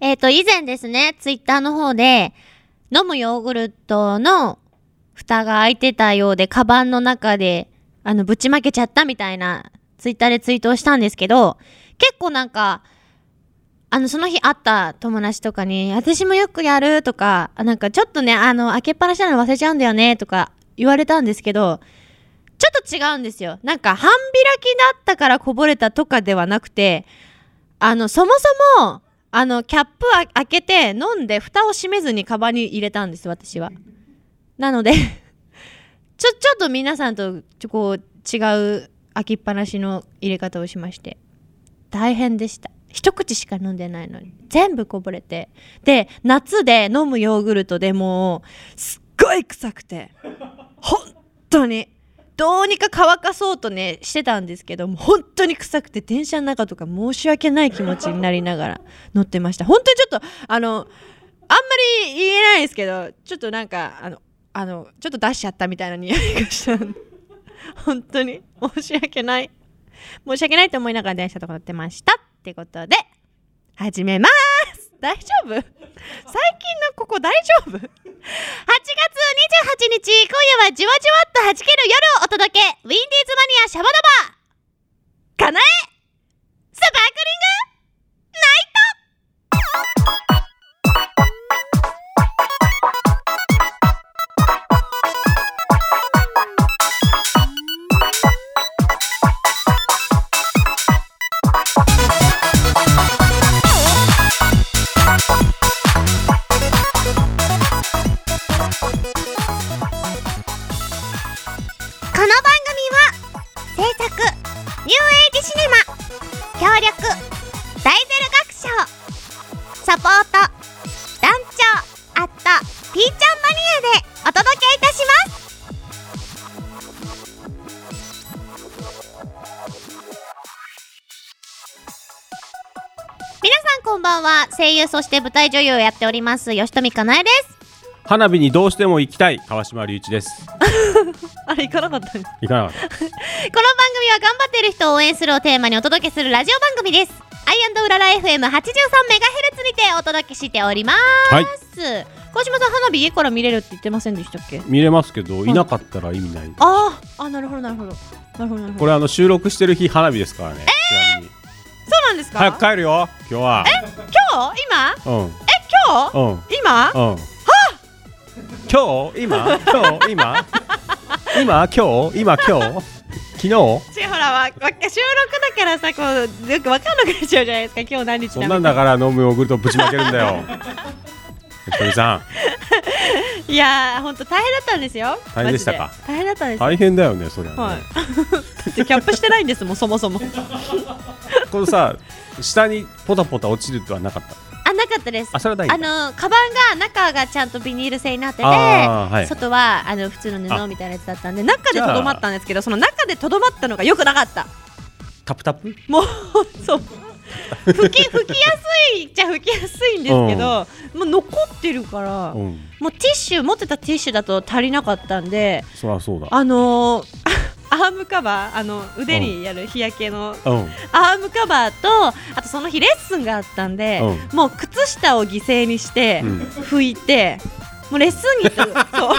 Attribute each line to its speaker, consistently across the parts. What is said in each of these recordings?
Speaker 1: えっ、と、以前ですね、ツイッターの方で、飲むヨーグルトの蓋が開いてたようで、カバンの中で、あの、ぶちまけちゃったみたいな、ツイッターでツイートをしたんですけど、結構なんか、あの、その日会った友達とかに、私もよくやるとか、あなんかちょっとね、あの、開けっぱなしなの忘れちゃうんだよねとか言われたんですけど、ちょっと違うんですよ。なんか、半開きだったからこぼれたとかではなくて、あの、そもそも、あの、キャップは開けて飲んで、蓋を閉めずにカバンに入れたんです、私は。なので ちょ、ちょっと皆さんと、ちょ、こう、違う開きっぱなしの入れ方をしまして。大変でした一口しか飲んでないのに全部こぼれてで夏で飲むヨーグルトでもうすっごい臭くて本当にどうにか乾かそうとねしてたんですけどもう本当に臭くて電車の中とか申し訳ない気持ちになりながら乗ってました本当にちょっとあのあんまり言えないですけどちょっとなんかあのあのちょっと出しちゃったみたいな匂いがしたんで本当に申し訳ない申し訳ないと思いながら電車とか乗ってましたってことで始めます大丈夫最近のここ大丈夫 ?8 月28日今夜はじわじわっと弾ける夜をお届けウィンディーズマニアシャバダバかなえスパーク
Speaker 2: この番組は制作ニューエイジシネマ協力大ゼル学賞サポート団長アットピーちゃんマニアでお届けいたします皆さんこんばんは声優そして舞台女優をやっております吉富かなえです
Speaker 3: 花火にどうしても行きたい川島隆一です
Speaker 1: あれ行かなかったね
Speaker 3: 行かなかっ
Speaker 2: この番組は頑張っている人を応援するをテーマにお届けするラジオ番組ですアイアンドウララ FM83 メガヘルツにてお届けしておりま
Speaker 3: たはい
Speaker 2: す
Speaker 1: 小島さん花火家から見れるって言ってませんでしたっけ
Speaker 3: 見れますけどいなかったら意味ない
Speaker 1: あーあなるほどなるほどなるほどなるほど
Speaker 3: これあの収録してる日花火ですからねちなみに
Speaker 1: そうなんですか
Speaker 3: 早く帰るよ今日は
Speaker 1: 今日今
Speaker 3: うん
Speaker 1: え今
Speaker 3: うんうん
Speaker 1: 日今
Speaker 3: 今日今今日今今今日今今日昨日
Speaker 1: ちほらわわ収録だからさこうよくわかんなくなっちゃうじゃないですか今日何日
Speaker 3: そ
Speaker 1: だ
Speaker 3: んなん
Speaker 1: みた
Speaker 3: だ
Speaker 1: いな
Speaker 3: から飲むヨーグルトぶちまけるんだよひとりさん
Speaker 1: いやーほんと大変だったんですよ
Speaker 3: 大変でしたか
Speaker 1: マジ大変だったんですよ
Speaker 3: 大変だよねそれは
Speaker 1: は
Speaker 3: ね
Speaker 1: い だってキャップしてないんですもんそもそも
Speaker 3: このさ下にポタポタ落ちるとはなかった
Speaker 1: あなかったです
Speaker 3: あそれはない
Speaker 1: あ
Speaker 3: んだ
Speaker 1: のカバンが中がちゃんとビニール製になってて、
Speaker 3: あーはい
Speaker 1: 外はあの普通の布
Speaker 3: あ
Speaker 1: みたいなやつだったんで中で
Speaker 3: じゃ
Speaker 1: と
Speaker 3: あ
Speaker 1: どまったんですけどその中でとどまったのがよくなかった
Speaker 3: タプタプ
Speaker 1: もう そう吹き吹きやすいっちゃ吹きやすいんですけど、もう残ってるから、
Speaker 3: うん
Speaker 1: もうティッシュ持ってたティッシュだと足りなかったんで
Speaker 3: そりゃそうだ
Speaker 1: あのー アームカバーあの腕にやる日焼けの
Speaker 3: うん
Speaker 1: アームカバーとあとその日レッスンがあったんで、
Speaker 3: う
Speaker 1: もう靴下を犠牲にして、
Speaker 3: うん
Speaker 1: 拭いてもうレッスン着 とそう上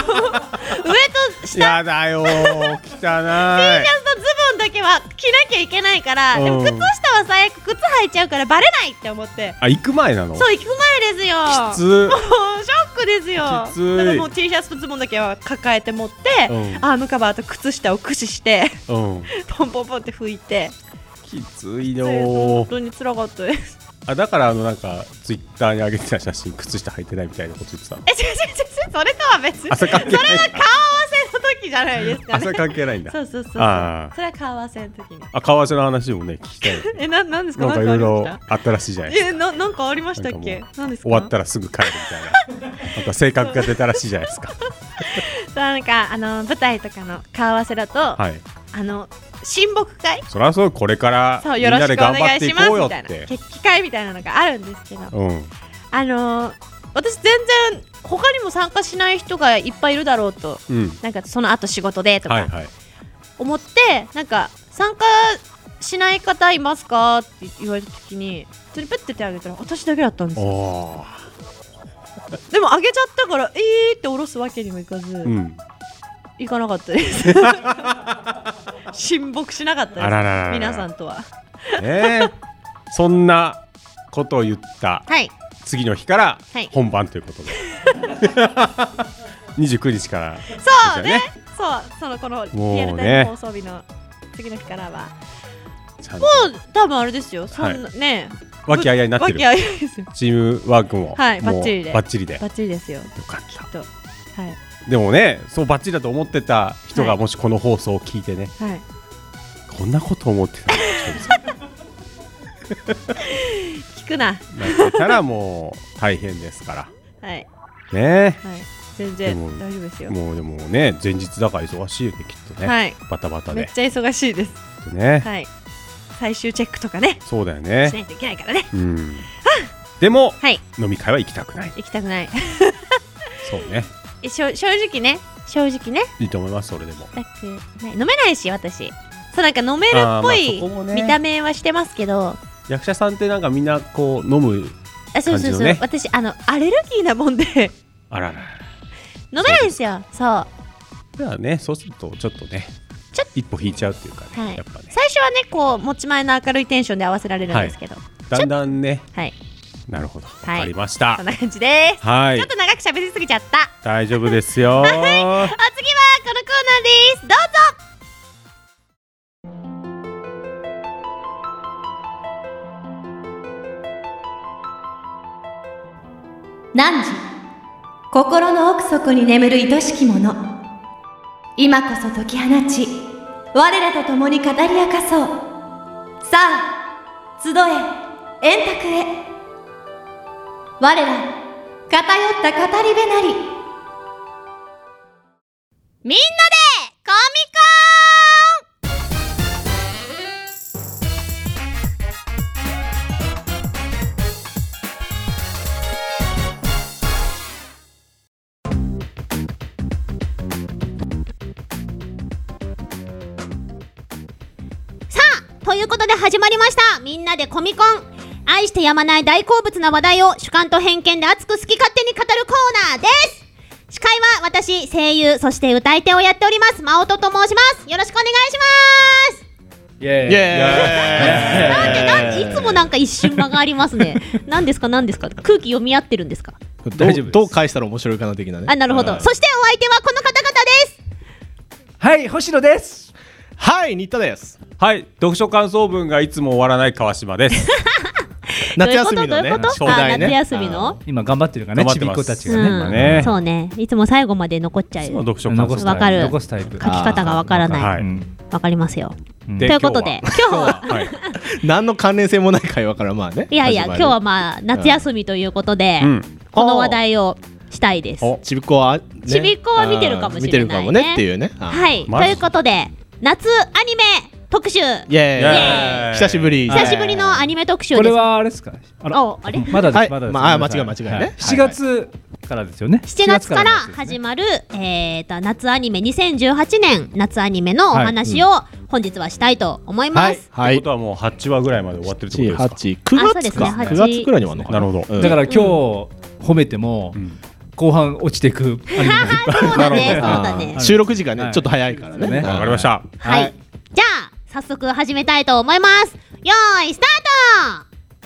Speaker 1: と下
Speaker 3: やだよー汚い
Speaker 1: ちゃんとズボンだけは着なきゃいけないから、でも
Speaker 3: うん
Speaker 1: 靴下は最悪靴履いちゃうからバレないって思って
Speaker 3: あ行く前なの
Speaker 1: そう行く前ですよ
Speaker 3: きつ
Speaker 1: もうショックですよ
Speaker 3: きつい
Speaker 1: だからもう T シャツとズボンだけは抱えて持って、
Speaker 3: うん
Speaker 1: アームカバーと靴下を駆使して
Speaker 3: うん
Speaker 1: ポンポンポンって拭いて
Speaker 3: きつい
Speaker 1: 本
Speaker 3: よー
Speaker 1: 当につらかったです
Speaker 3: あだからあのなんかツイッターに上げてた写真靴下履いてないみたいなこと言ってたの
Speaker 1: え違う違う違うそれとは別にそ
Speaker 3: 朝
Speaker 1: れは
Speaker 3: 関係ない
Speaker 1: 顔合わせの時じゃないですかね
Speaker 3: 朝関係ないんだ
Speaker 1: そうそうそうそうそれ
Speaker 3: あー
Speaker 1: は顔合わせの時に
Speaker 3: あ為替の話もね聞きたい
Speaker 1: えななんですか
Speaker 3: なん
Speaker 1: なんかあ
Speaker 3: かいろい
Speaker 1: りまし
Speaker 3: ろ
Speaker 1: た
Speaker 3: あったらしいじゃない
Speaker 1: えななんかありましたっけ
Speaker 3: なんか
Speaker 1: なんですか
Speaker 3: 終わったらすぐ帰るみたいななんか性格が出たらしいじゃないです か
Speaker 1: そうなんかあの舞台とかの顔合わせだと、
Speaker 3: はい
Speaker 1: あの親睦会
Speaker 3: そりゃそうこれから
Speaker 1: そう
Speaker 3: みん
Speaker 1: よろ
Speaker 3: な
Speaker 1: しく
Speaker 3: で
Speaker 1: お願
Speaker 3: 頑張っ
Speaker 1: い
Speaker 3: て
Speaker 1: し
Speaker 3: い
Speaker 1: ます
Speaker 3: こうよ
Speaker 1: み
Speaker 3: った
Speaker 1: いな
Speaker 3: て
Speaker 1: 決起会みたいなのがあるんですけど
Speaker 3: うん
Speaker 1: あのー私全然他にも参加しない人がいっぱいいるだろうと
Speaker 3: うん
Speaker 1: なんかその後仕事でと
Speaker 3: はい
Speaker 1: か
Speaker 3: はい
Speaker 1: 思って、なんか参加
Speaker 4: しない方いますかって言われた時に普通にペッて手あげたら私だけだったんです
Speaker 3: お
Speaker 4: よ
Speaker 3: おー。
Speaker 4: でもあげちゃったからえーって下ろすわけにもいかず、
Speaker 3: うん。
Speaker 4: 行かなかったです 親睦しなかったです
Speaker 3: あららららら
Speaker 4: 皆さんとは
Speaker 3: ええ。そんなことを言った
Speaker 4: はい
Speaker 3: 次の日から
Speaker 4: はい
Speaker 3: 本番ということで。 二十九日から。
Speaker 4: そう
Speaker 3: で
Speaker 4: ねそうそのこのリアルタイム放送日の次の日からは
Speaker 3: すよね。
Speaker 4: もう多分あれですよそんな、ね
Speaker 3: 和気あいあいになって
Speaker 4: わ
Speaker 3: る
Speaker 4: け。あいあいですよ
Speaker 3: チームワークも。
Speaker 4: はい
Speaker 3: もう
Speaker 4: バッチリで
Speaker 3: バッチリで。よ
Speaker 4: バッチリですよ
Speaker 3: かっ
Speaker 4: き
Speaker 3: た
Speaker 4: っ。とはい
Speaker 3: でもね、そうバッチリだと思ってた人がもしこの放送を聞いてね、
Speaker 4: はい
Speaker 3: こんなこと思ってた
Speaker 4: 聞くな
Speaker 3: なんてたらもう大変ですから。
Speaker 4: はい
Speaker 3: ね
Speaker 4: はい全
Speaker 3: でも
Speaker 4: 然大丈夫です
Speaker 3: え。
Speaker 4: よ
Speaker 3: もうでもね、前日だから忙しいよね、きっとね。
Speaker 4: はい
Speaker 3: バタバタ
Speaker 4: めっ
Speaker 3: で。
Speaker 4: ちゃ忙しいです
Speaker 3: きっとね、
Speaker 4: はい最終チェックとかね
Speaker 3: そうだよ
Speaker 4: しな
Speaker 3: ね。
Speaker 4: いといけないからね
Speaker 3: うん。でも、
Speaker 4: はい
Speaker 3: 飲み会は行きたくない。
Speaker 4: 行きたくない
Speaker 3: そうね。
Speaker 4: しょ正直ね正直ね
Speaker 3: いいと思います、それでも。
Speaker 4: だってない飲めないし私そうなんか飲めるっぽ
Speaker 3: あーまあ
Speaker 4: い
Speaker 3: そこもね
Speaker 4: 見た目はしてますけど
Speaker 3: 役者さんってなんかみんなこう飲む。
Speaker 4: あそうそう
Speaker 3: 感
Speaker 4: そ
Speaker 3: じ
Speaker 4: う、
Speaker 3: のね
Speaker 4: 私あのアレルギーなも んで
Speaker 3: あらら。
Speaker 4: 飲めないんですよそう
Speaker 3: だからね、そうするとちょっとね
Speaker 4: ちょ、
Speaker 3: 一歩引いちゃうっていうかね、
Speaker 4: はい
Speaker 3: やっぱね。
Speaker 4: 最初はねこう持ち前の明るいテンションで合わせられるんですけどはい、
Speaker 3: だんだんね、
Speaker 4: はい、
Speaker 3: なるほど。わ
Speaker 4: い
Speaker 3: かりました
Speaker 4: こん。な感じです
Speaker 3: はい
Speaker 4: ちょっ。と長く喋りすぎちゃったあ
Speaker 3: 大丈夫で すよ。
Speaker 4: 次はこのコーナーですどうぞ
Speaker 5: 何時心の奥底に眠る愛しきもの今こそ解き放ち我らと共に語り明かそうさあ集え円卓へ我ら偏った語り部なり
Speaker 6: みんなでコミコンさあということで始まりましたみんなでコミコン愛してやまない大好物な話題を主観と偏見で熱く好き勝手に語るコーナーです司会は私声優そして歌い手をやっております真音と申しますよろしくお願いします
Speaker 7: イエーイ
Speaker 3: イエ
Speaker 4: なんでなんでいつもなんか一瞬間がありますね何ですか何ですか空気読み合ってるんですか
Speaker 7: ど
Speaker 3: 大丈夫
Speaker 7: う
Speaker 3: です
Speaker 7: どう返したら面白いかな的なね
Speaker 4: あなるほど
Speaker 7: うん
Speaker 4: そしてお相手はこの方々です
Speaker 7: はい星野ですはい新田です
Speaker 3: はい、読書感想文がいつも終わらない川島です。
Speaker 7: 夏休みの
Speaker 4: どうい
Speaker 7: ね
Speaker 4: うこと
Speaker 7: 宿題
Speaker 4: あ夏
Speaker 7: ね
Speaker 4: 休みの
Speaker 8: 今頑張ってるからね
Speaker 3: 頑張っ
Speaker 8: ち
Speaker 3: て
Speaker 8: びっ
Speaker 3: ます
Speaker 8: 子たちがね,、
Speaker 4: うん
Speaker 3: まあね
Speaker 4: そうねいつも最後まで残っちゃう
Speaker 3: いつも
Speaker 4: 書
Speaker 3: 読書感
Speaker 8: 残
Speaker 3: 想
Speaker 8: す
Speaker 3: 文。
Speaker 4: わか
Speaker 8: タイプ
Speaker 4: る
Speaker 8: 残すタイプ
Speaker 4: き方がわからない、
Speaker 3: はい
Speaker 8: うん
Speaker 4: わかりますよ
Speaker 8: うん
Speaker 4: ということで今日は
Speaker 3: はい、
Speaker 7: 何の関連性もない会話からまあね
Speaker 4: いやいや今
Speaker 7: 始ま
Speaker 4: 日
Speaker 7: る
Speaker 4: はまあ夏休みということで、
Speaker 3: うん、
Speaker 4: この話題をしたいです
Speaker 3: お
Speaker 7: ちびっこはね
Speaker 4: ちびっこは見てるかもしれないね
Speaker 7: 見てるかもねっていうね
Speaker 4: はいい、
Speaker 3: マジ
Speaker 4: ということで夏アニメ特集
Speaker 7: イ
Speaker 3: イ
Speaker 7: エ
Speaker 3: エーイ
Speaker 7: ーイ久しぶり
Speaker 4: 久しぶりのアニメ特集
Speaker 8: こ
Speaker 4: で
Speaker 8: れ
Speaker 4: す
Speaker 8: はあれですかあら
Speaker 4: おあれ
Speaker 8: まだです、
Speaker 7: はい
Speaker 8: まだです
Speaker 7: まあ
Speaker 8: ごめんなさ
Speaker 7: 間違い間違いね
Speaker 8: は7月からですよね
Speaker 4: 7月から
Speaker 8: め
Speaker 4: 始まる、えーと夏アニメ2018年夏アニメのお話を本日はしたいと思いま
Speaker 7: はい
Speaker 4: す。
Speaker 7: は
Speaker 3: って
Speaker 7: い
Speaker 3: ことはもう八話ぐらいまで終わってるってこ
Speaker 7: 八
Speaker 3: とです
Speaker 7: 八九
Speaker 4: あそうで
Speaker 7: 月
Speaker 4: すね
Speaker 7: か
Speaker 4: 八
Speaker 7: 九月くらいにはあるの
Speaker 3: か。
Speaker 7: か
Speaker 3: なるほど。
Speaker 7: うん
Speaker 8: だから今日褒めても、
Speaker 3: うん
Speaker 8: 後半落ちていくアニメがいっぱい
Speaker 4: そうだね、そ
Speaker 3: な
Speaker 4: う
Speaker 3: るほ
Speaker 4: だね
Speaker 7: あー。
Speaker 8: はい
Speaker 7: 収録時間
Speaker 8: は
Speaker 7: ね
Speaker 8: い
Speaker 7: ちょっと早いからね
Speaker 8: ね
Speaker 7: うん
Speaker 3: わかりました。
Speaker 4: はい、じゃあ早速始めたいと思います。よーいスター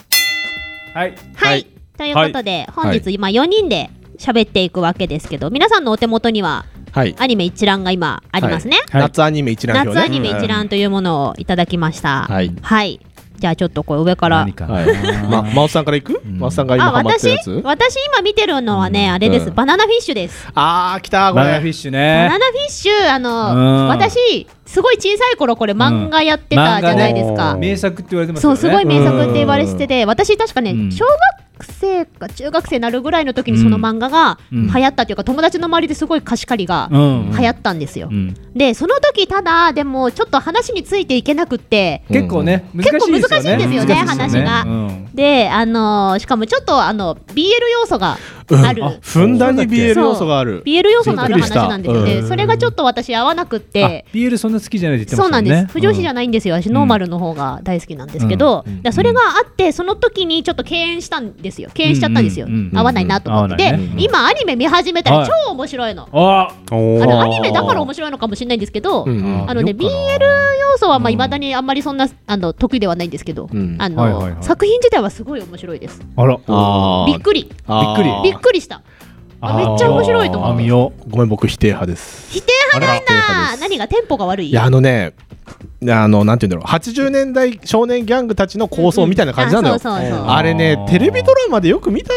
Speaker 8: はい
Speaker 4: ト。はい、
Speaker 7: はい
Speaker 4: ということで、本日今4人で喋っていくわけですけど、皆さんのお手元には
Speaker 7: はい
Speaker 4: アニメ一覧が今ありますね。
Speaker 8: はい
Speaker 7: 夏アニメ一覧表ね
Speaker 4: 夏アニメ一覧というものをいただきました。
Speaker 7: うんはい
Speaker 4: はい、じゃあちょっとこれ上から。
Speaker 8: 何かな、
Speaker 7: はいま真央さんからいく
Speaker 8: うん
Speaker 7: 真央さんが今
Speaker 4: あ、
Speaker 7: ハマって
Speaker 4: 私
Speaker 7: るやつ
Speaker 4: 私今見てるのはね、あれです、
Speaker 7: うん
Speaker 4: バナナフィッシュです。
Speaker 7: あー来たこ
Speaker 8: バナナフィ
Speaker 7: れ
Speaker 8: ッシュ
Speaker 4: バ
Speaker 8: ね
Speaker 4: ナナフィッシュあ
Speaker 8: う
Speaker 4: の
Speaker 8: ん
Speaker 4: 私すごい小さい頃これ漫画やってたじゃないです
Speaker 3: う
Speaker 4: か、
Speaker 3: ん漫画ね
Speaker 8: 名作って言われてますよ
Speaker 4: そ
Speaker 8: ね
Speaker 4: うすごい名作って言われてて私確かね、
Speaker 8: うん
Speaker 4: 小学生か中学生になるぐらいの時にその漫画が
Speaker 8: うん
Speaker 4: 流行ったというか、友達の周りですごい貸し借りが
Speaker 8: う
Speaker 4: 流
Speaker 8: ん
Speaker 4: 行ったんですよ、
Speaker 8: うん
Speaker 4: でその時ただでもちょっと話についていけなくって
Speaker 8: 結構ね難しいですよね
Speaker 4: 結構難しいんですよね
Speaker 8: 難しいですよ
Speaker 4: 話が
Speaker 8: うん
Speaker 4: であのーしかもちょっとあの BL 要素がある。
Speaker 7: ふんだんに BL 要素がある
Speaker 4: BL 要素のある話なんですよ
Speaker 7: びっくり
Speaker 4: ね。
Speaker 7: した
Speaker 4: それがちょっと私合わなくって。
Speaker 8: BL そんな好きじゃないって言ってま
Speaker 4: そう
Speaker 8: した
Speaker 4: な
Speaker 8: も
Speaker 4: ん
Speaker 8: ん
Speaker 4: で
Speaker 8: ね
Speaker 4: す。不女子じゃ
Speaker 8: な
Speaker 4: ないんですよ。私、ノーマルの方が大好きなんですけど、
Speaker 8: うんうん
Speaker 4: だからそれがあって、その時にちょっと敬遠したんですよ。敬遠しちゃったんですよ。
Speaker 8: うんうんうん
Speaker 4: 合わないなと思って。
Speaker 8: 合わ
Speaker 4: で
Speaker 8: ないねうん
Speaker 4: 今、アニメ見始めた
Speaker 8: は
Speaker 4: ら
Speaker 8: い
Speaker 4: 超面白いの。
Speaker 8: あ
Speaker 7: お
Speaker 4: あ
Speaker 7: ー
Speaker 4: のアニメだから面白いのかもしれないんですけど、
Speaker 7: うんうん
Speaker 4: あのね、BL 要素はまあ未だにあんまりそんなあの得意ではないんですけど、
Speaker 7: うん
Speaker 4: あの
Speaker 8: はいはいはい
Speaker 4: 作品自体はすごい面白いです。
Speaker 8: あら
Speaker 7: あー
Speaker 4: びっくり、
Speaker 7: あー
Speaker 4: びっくりした。あめっちゃ面白いと思う
Speaker 8: あ見よ
Speaker 7: ごめん僕否定派です
Speaker 4: 否定派なん
Speaker 7: あ
Speaker 4: だ。
Speaker 7: れ
Speaker 4: 何がテンポが悪い？
Speaker 7: いやあのねあのなんて言うんだろう80年代少年ギャングたちの構想みたいな感じなのよ
Speaker 4: あそうそうそう。
Speaker 7: あれね
Speaker 8: あー
Speaker 7: テレビドラマでよく見た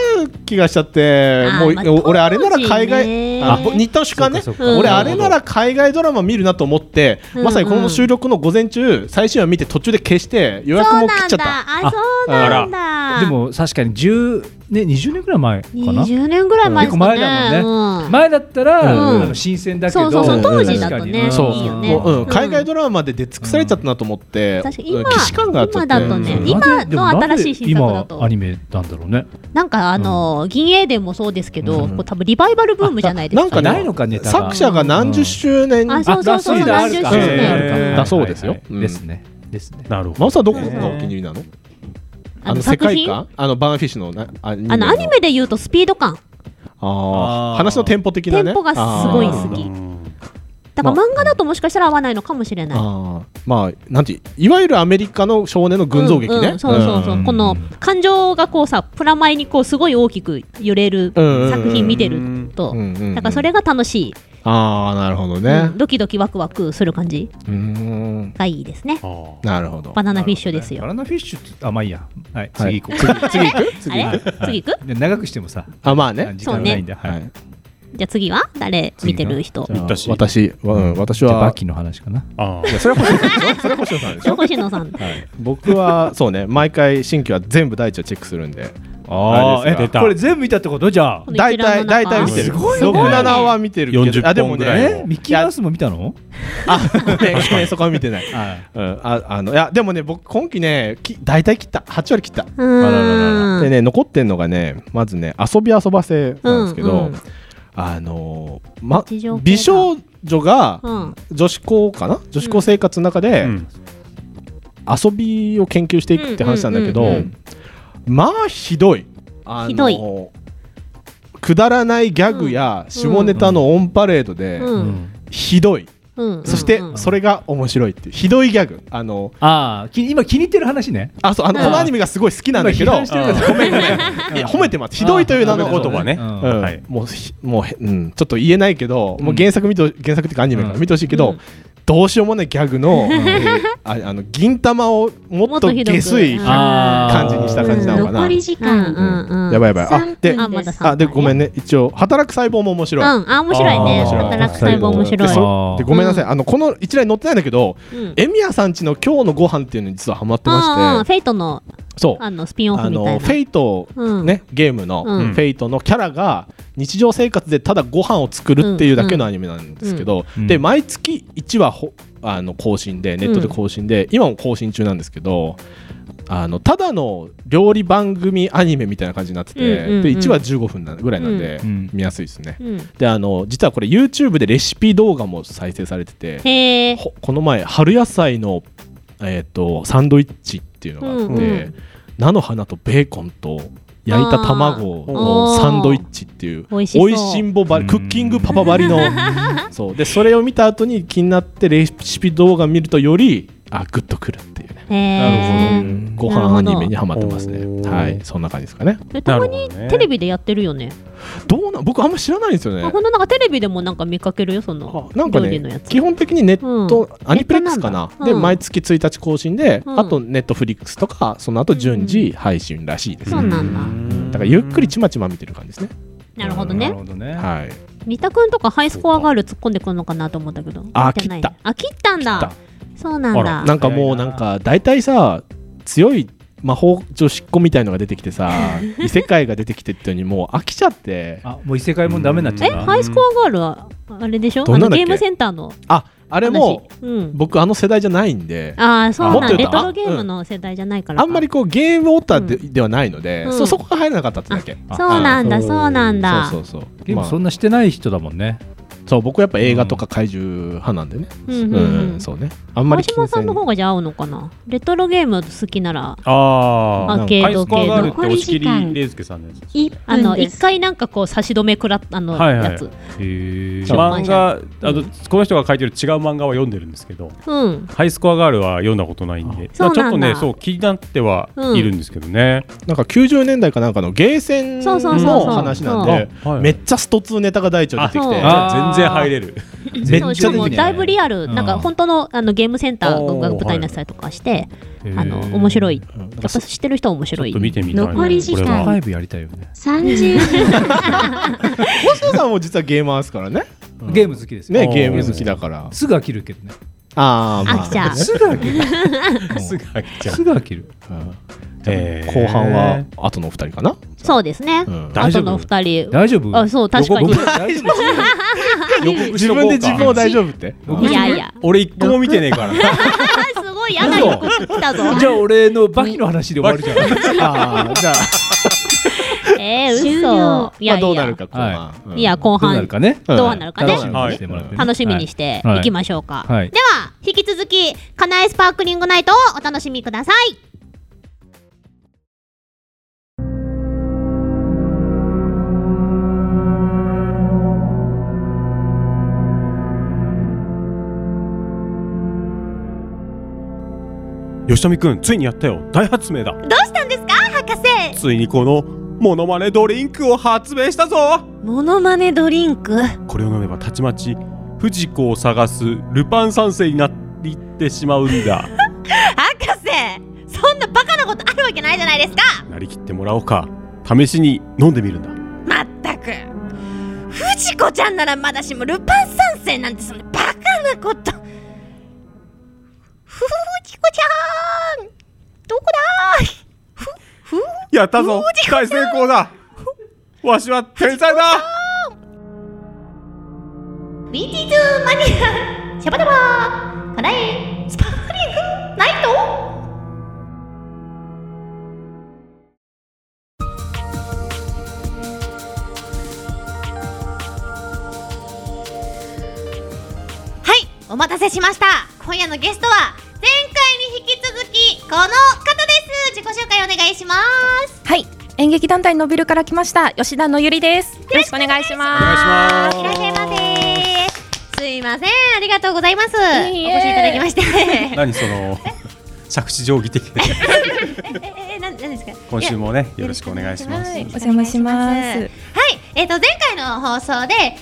Speaker 7: 気がしちゃって
Speaker 4: あー
Speaker 7: もう、
Speaker 4: まあ
Speaker 7: お俺あれなら
Speaker 4: 当時ね
Speaker 7: 海外あぼ日しかね
Speaker 8: そう
Speaker 4: そ
Speaker 8: か
Speaker 4: うか
Speaker 7: 俺あれなら海外ドラマ見るなと思って、
Speaker 4: うん
Speaker 7: まさにこの収録の午前中最新話見て途中で消して予約
Speaker 4: そう
Speaker 7: も切
Speaker 4: な
Speaker 7: っ
Speaker 4: ん
Speaker 7: ちゃ
Speaker 4: だ
Speaker 7: っ。た
Speaker 4: あ、そうなんだ。
Speaker 8: でも確かに10年20年ぐらい前かな
Speaker 4: 20年ぐらい前ですかね。
Speaker 8: 結構前だもんね
Speaker 4: うん
Speaker 8: 前だったら、
Speaker 4: うん
Speaker 8: あの新鮮だけ
Speaker 4: そ
Speaker 8: ど
Speaker 4: うそうそう
Speaker 7: うん
Speaker 4: 当時だと
Speaker 8: 確か
Speaker 4: ね
Speaker 8: に
Speaker 7: そう
Speaker 4: いいよ
Speaker 7: もう
Speaker 4: ね。
Speaker 7: うん海外ドラマで出尽くされちゃったなと思って、
Speaker 4: 確かに
Speaker 7: うん
Speaker 4: 今
Speaker 7: 既視感があっちゃ
Speaker 4: 今
Speaker 7: って
Speaker 4: だとね
Speaker 7: う、ん
Speaker 4: 今の新しい新作だ
Speaker 8: 今
Speaker 4: と
Speaker 8: アニメなんだろうね
Speaker 4: なんかあの銀英伝もそうですけど、こう多分リバイバルブームじゃないです
Speaker 7: なん
Speaker 4: か。
Speaker 7: かね
Speaker 8: ないのかネタが
Speaker 7: 作者が何十周年、
Speaker 4: んあそ
Speaker 7: あ
Speaker 4: うそうそう
Speaker 8: あだ
Speaker 4: そう
Speaker 8: だ
Speaker 4: そう
Speaker 7: そう
Speaker 8: だ
Speaker 7: だそうですよ
Speaker 8: はいはい
Speaker 7: うん
Speaker 8: ですねですね
Speaker 3: なるほ
Speaker 7: マ
Speaker 3: ど
Speaker 7: ウスはどこがお気に入りなのあの世界観あのバーンフィッシュのなアニメ
Speaker 4: あのアニメで言うとスピード感、
Speaker 7: あ
Speaker 8: あ
Speaker 7: ー
Speaker 8: ー
Speaker 7: 話のテンポ的
Speaker 4: テ
Speaker 7: なね
Speaker 4: ンポがすごい
Speaker 7: あー
Speaker 4: 好き。だから漫画だともしかしたら合わないのかもしれない。
Speaker 7: あーまあなんていういわゆるアメリカの少年の群像劇
Speaker 4: うん
Speaker 7: ね、
Speaker 4: うんそうそうそう、この感情がこうさプラマイにこうすごい大きく揺れる作品見てると、
Speaker 7: うんうんうんうん
Speaker 4: だからそれが楽しい、
Speaker 7: ああなるほどね
Speaker 4: うんドキドキワクワクする感じ
Speaker 7: うーん
Speaker 4: がいいですね。
Speaker 3: あ
Speaker 7: なるほど
Speaker 4: バナナフィッシュですよ。
Speaker 8: バナナフィッシュってあまあいいやはい
Speaker 7: はい
Speaker 8: 次行こう次行く
Speaker 4: あれ次行く？
Speaker 8: で長くしてもさ
Speaker 7: あまあね
Speaker 8: 時間がないんで
Speaker 7: は
Speaker 8: はい
Speaker 7: い
Speaker 4: じゃあ次は誰見てる人？
Speaker 3: ー私
Speaker 7: 私うん私
Speaker 8: じゃあバ
Speaker 7: は
Speaker 8: キの話かな
Speaker 3: あー
Speaker 7: いやそれは星野さんでしょ それは星野さんでしょ
Speaker 4: 星野さん。
Speaker 7: 僕はそうね毎回新規は全部第一をチェックするんであれですが
Speaker 8: え
Speaker 3: 出た
Speaker 8: これ全部見たってことじゃあ
Speaker 4: この
Speaker 7: 大
Speaker 4: 一覧の中
Speaker 7: 体大体見てる
Speaker 3: す
Speaker 4: ごいね
Speaker 7: 六七は見てるけ
Speaker 3: 40
Speaker 7: どあでも
Speaker 3: 本ぐらい
Speaker 7: ね
Speaker 3: の
Speaker 8: えミッキーマウスも見たの
Speaker 7: あごめんごめんそこは見てない
Speaker 8: はい
Speaker 7: うんああのいやでもね僕今期ねき大体切った8割切った
Speaker 4: うーん
Speaker 3: あらら
Speaker 7: でね残ってんのがねまずね遊び遊ばせなんですけど、
Speaker 4: うんうん
Speaker 7: あのーま
Speaker 4: 日常系だ
Speaker 7: 美少女が
Speaker 4: うん。
Speaker 7: 女子校かな女子校生活の中で
Speaker 3: うん
Speaker 7: 遊びを研究していくって話なんだけど、
Speaker 4: うんうんうんう
Speaker 7: まあひどい、あのー
Speaker 4: ひどい
Speaker 7: くだらないギャグや下ネタのオンパレードで
Speaker 4: う
Speaker 8: うんん
Speaker 7: ひどい、
Speaker 4: うん。
Speaker 7: そして
Speaker 4: うん
Speaker 7: それが面白いっていうひどいギャグあの
Speaker 8: ああき今気に入ってる話ね
Speaker 7: あそうあの
Speaker 4: うん
Speaker 7: このアニメがすごい好きなんだけど、
Speaker 8: 今批判してるから
Speaker 7: ごめんごめんいや褒めてますひどいという名の
Speaker 3: 褒めてます
Speaker 7: 言葉ね、
Speaker 8: うん
Speaker 7: うん
Speaker 3: はい
Speaker 7: もうひもうへ、うん、ちょっと言えないけど、もう原作見て原作っていうかアニメから
Speaker 8: うん
Speaker 7: 見てほしいけど、
Speaker 4: うん
Speaker 7: どうしようもないギャグの、えーああの銀玉をもっと下水
Speaker 4: もっとひどく
Speaker 8: あー
Speaker 7: 感じにした感じなのかな、
Speaker 1: 残り時
Speaker 4: うん
Speaker 1: 間
Speaker 4: うんうん。
Speaker 7: やばいやばいあで
Speaker 4: あまだ
Speaker 7: あでごめん
Speaker 4: ね。
Speaker 7: ね一応働く細胞も面
Speaker 4: うん。
Speaker 7: 白い、
Speaker 4: あ面白いね。
Speaker 8: あー面白い
Speaker 4: 働く細胞面白
Speaker 7: で
Speaker 4: い。
Speaker 7: そでごめんなさい、
Speaker 4: う
Speaker 7: あのこの一覧に載ってないんだけど、
Speaker 4: うん
Speaker 7: エミヤさんちの今日のご飯っていうのに実はハマってまして、
Speaker 4: うんうんフェイトの
Speaker 7: そう
Speaker 4: あのスピンオフ
Speaker 7: あ
Speaker 4: みたい
Speaker 7: の
Speaker 4: な。
Speaker 7: フェイト、
Speaker 4: うん
Speaker 7: ねゲームの、
Speaker 4: うん
Speaker 7: フェイトのキャラが日常生活でただご飯を作るっていうだけのアニメなんですけど、
Speaker 8: うん
Speaker 7: で
Speaker 8: うん
Speaker 7: 毎月1話ほあの更新でネットで更新で、今も更新中なんですけどあのただの料理番組アニメみたいな感じになってて、
Speaker 4: うんうんうん
Speaker 7: で1話15分なぐらいなんで、
Speaker 8: うん
Speaker 7: 見やすいですね。
Speaker 4: うん。
Speaker 7: であの実はこれ YouTube でレシピ動画も再生されてて
Speaker 4: へえ。
Speaker 7: ほこの前春野菜の、えー、とサンドイッチっていうのがあって、
Speaker 4: うんうん
Speaker 7: 菜の花とベーコンと焼いた卵の
Speaker 4: あー
Speaker 7: サンドイッチっていう
Speaker 4: 美味しそう
Speaker 7: おいしんぼばりクッキングパパばり のそうでそれを見た後に気になってレシピ動画見るとよりあグッとくるっていうね
Speaker 4: へえ。
Speaker 7: ご飯アニメにはまってますねはいそんな感じですかね
Speaker 4: でたま
Speaker 3: なる
Speaker 4: に
Speaker 3: ほどね
Speaker 4: テレビでやってるよね。
Speaker 7: どうなん僕あんま知らないんですよね
Speaker 4: あこのなんかテレビでもなんか見かけるよそ
Speaker 7: あ
Speaker 4: の
Speaker 7: なんか
Speaker 4: 料理の
Speaker 7: ね
Speaker 4: やつ。
Speaker 7: 基本的にネット、アニプレックスか
Speaker 4: ネッ
Speaker 7: な
Speaker 4: トなんだ
Speaker 7: で
Speaker 4: うん
Speaker 7: 毎月1日更新で、
Speaker 4: うん
Speaker 7: あとネットフリックスとかその後順次配信らしいです、
Speaker 4: そうなん
Speaker 7: だからゆっくりちまちま見てる感じですね、
Speaker 4: だ。なるほど
Speaker 8: な
Speaker 4: ね
Speaker 8: る。ほどね
Speaker 7: はい
Speaker 4: 三田くんとかハイスコアガール突っ込んでくるのかなと思ったけど。
Speaker 7: あ
Speaker 4: 見てない
Speaker 7: 切った。
Speaker 4: あ切ったんだ。そうなんだ
Speaker 3: あら。
Speaker 7: なんかも
Speaker 8: 早
Speaker 7: うない
Speaker 8: なん
Speaker 7: か大体さ強い魔法女子っ子みたいのが出てき てさ異世界が出てきてってのにもう飽きちゃって
Speaker 8: あもう異世界もダメになっちゃ
Speaker 4: え
Speaker 8: った
Speaker 4: ハイスコアガールはあれでしょ
Speaker 7: ど
Speaker 4: あ
Speaker 7: ん
Speaker 4: の
Speaker 7: なんだっ
Speaker 4: ゲ
Speaker 7: け
Speaker 4: ームセンターの
Speaker 7: ああれも
Speaker 4: うん、
Speaker 7: 僕あの世代じゃないんで
Speaker 4: ああそう
Speaker 7: も
Speaker 4: な
Speaker 7: っ
Speaker 4: ん
Speaker 7: と
Speaker 4: レ
Speaker 7: 言う
Speaker 4: ト
Speaker 7: と
Speaker 4: ロゲームの世代じゃないからか
Speaker 7: あんまりこうゲームウォーターで,、ではないので、
Speaker 4: うん
Speaker 7: そそこが入らなかったってだけ
Speaker 8: あ
Speaker 4: そうなんだ
Speaker 8: あ
Speaker 4: そうなんだ
Speaker 7: そうそうそう、
Speaker 8: ゲー
Speaker 7: まあ
Speaker 8: ムそんなしてない人だもんね。
Speaker 7: そう僕やっぱ映画とか怪獣派なんでね、
Speaker 4: うん
Speaker 7: うん
Speaker 4: うんうん
Speaker 7: そうねあんま
Speaker 4: 川
Speaker 7: り金
Speaker 4: 島さ
Speaker 7: 銭
Speaker 4: んの方がじゃあ合うのかなレトロゲーム好きなら
Speaker 3: あ
Speaker 4: アーケ
Speaker 3: ハ
Speaker 4: ー
Speaker 3: イス
Speaker 4: ド
Speaker 3: コア
Speaker 4: 系
Speaker 3: があるっ
Speaker 4: の
Speaker 3: て押し切りレイスケさんのやつ
Speaker 1: 一
Speaker 4: あの
Speaker 1: 分で
Speaker 4: 一
Speaker 1: す。
Speaker 4: 回なんかこう差し止め食らったあの
Speaker 3: はいはい
Speaker 4: やつ
Speaker 8: へえ。
Speaker 4: そう
Speaker 3: 漫画あのこの人が書いてる違う漫画は読んでるんですけど
Speaker 4: うん
Speaker 3: ハイスコアガールは読んだことないんでだ
Speaker 4: そう
Speaker 3: から
Speaker 4: なんだ
Speaker 3: ちょっとねそう気になってはいるんですけどね
Speaker 7: なんか90年代かなんかのゲーセン
Speaker 4: そうそう
Speaker 3: そうそう
Speaker 7: の話なん
Speaker 3: あ
Speaker 7: で
Speaker 3: はい
Speaker 7: めっちゃスト2ネタが第一を出て
Speaker 4: あ
Speaker 7: きて
Speaker 4: そう
Speaker 3: あ全然入れる
Speaker 8: めっちゃ
Speaker 4: そう
Speaker 8: 出
Speaker 4: しか
Speaker 8: て
Speaker 4: も
Speaker 8: きて
Speaker 4: だいぶリアル、
Speaker 8: うん
Speaker 4: なんか本当のあのゲームセンターが舞台になってたりとかして、あの面白い、
Speaker 7: うんなん
Speaker 4: や
Speaker 7: か
Speaker 4: っぱ
Speaker 7: そ
Speaker 4: 知ってる人は面
Speaker 3: ちょ
Speaker 4: 白
Speaker 3: っ
Speaker 4: い
Speaker 3: と。見てみたいな
Speaker 1: 残り時間
Speaker 3: これは
Speaker 8: ファイブやりたいよね。
Speaker 1: 30秒。
Speaker 7: 星野さんも実はゲーマーです からね
Speaker 8: ゲーム好きですよ
Speaker 7: ね
Speaker 3: おー
Speaker 7: ゲーム好きだから
Speaker 8: すぐ飽きるけどね。
Speaker 7: あーま
Speaker 4: 飽
Speaker 7: あ
Speaker 4: きちゃう。
Speaker 8: すぐ飽 き る。
Speaker 3: すぐ入っちゃう
Speaker 8: すぐ飽きる。
Speaker 7: うん
Speaker 3: えー
Speaker 7: 後半は後のお二人かな、
Speaker 4: そうですね
Speaker 7: う。ん
Speaker 4: あ
Speaker 3: 大
Speaker 4: と
Speaker 3: 丈夫
Speaker 4: の二人。
Speaker 8: 大丈夫
Speaker 4: あ、そう、確かに。
Speaker 8: 僕大丈夫
Speaker 3: 予告し
Speaker 7: 自
Speaker 3: とこう
Speaker 7: 分
Speaker 3: か
Speaker 7: で自分を大丈夫 って
Speaker 8: 僕
Speaker 4: いやいや。
Speaker 3: 俺一個も見てねえから
Speaker 4: あすごい嫌な予告来たぞ。
Speaker 8: じゃあ俺のバキの話で終わるじゃん。
Speaker 7: あーじゃあ
Speaker 4: えー、
Speaker 1: 終
Speaker 4: 嘘
Speaker 1: 了。
Speaker 4: いや
Speaker 7: まあ
Speaker 4: い
Speaker 7: どうなる
Speaker 4: や。
Speaker 7: か後半、うん
Speaker 4: いや、後
Speaker 8: どうな
Speaker 4: 半、
Speaker 8: るかね。
Speaker 7: うん
Speaker 4: どうなるかね
Speaker 8: 楽し。みにしてもらってね。
Speaker 4: 楽しみにして
Speaker 8: はい
Speaker 4: いきましょうか。
Speaker 8: はい。はい
Speaker 1: では、引き続き、カナエスパークリングナイトをお楽しみください。
Speaker 3: 吉富君ついにやったよ大発明だ
Speaker 1: どうしたんですか、博士
Speaker 3: ついにこのモノマネドリンクを発明したぞ
Speaker 4: モノマネドリンク。
Speaker 3: これを飲めばたちまち藤子を探すルパン三世になっていってしまうんだ
Speaker 1: 博士そんなバカなことあるわけないじゃないですか
Speaker 3: なりきってもらおうか試しに飲んでみるんだ
Speaker 1: まったく藤子ちゃんならまだしもルパン三世なんてそんなバカなことふ藤子ちゃーんどこだー
Speaker 3: やったぞ大成功だわしは天才だ
Speaker 1: ウィンディーズマニアシャバダバーカナエスパークリングナイトはい、お待たせしました。今夜のゲストは、前回に引き続き、この方です。自己紹介お願いします。
Speaker 9: はい、演劇団体のびるから来ました吉田のゆりです。よろしくお願いしま
Speaker 3: 願い
Speaker 1: いらっしゃいませ。すいません、ありがとうございます。
Speaker 9: いえ。
Speaker 1: お越しいただきまして。
Speaker 3: 何その 着地定規的な
Speaker 1: えええ、なん、なんですか。
Speaker 3: 今週もねよろしくお願いしますす
Speaker 9: はい、お邪魔します。
Speaker 1: はい、えっ、と前回の放送でのゆりさんに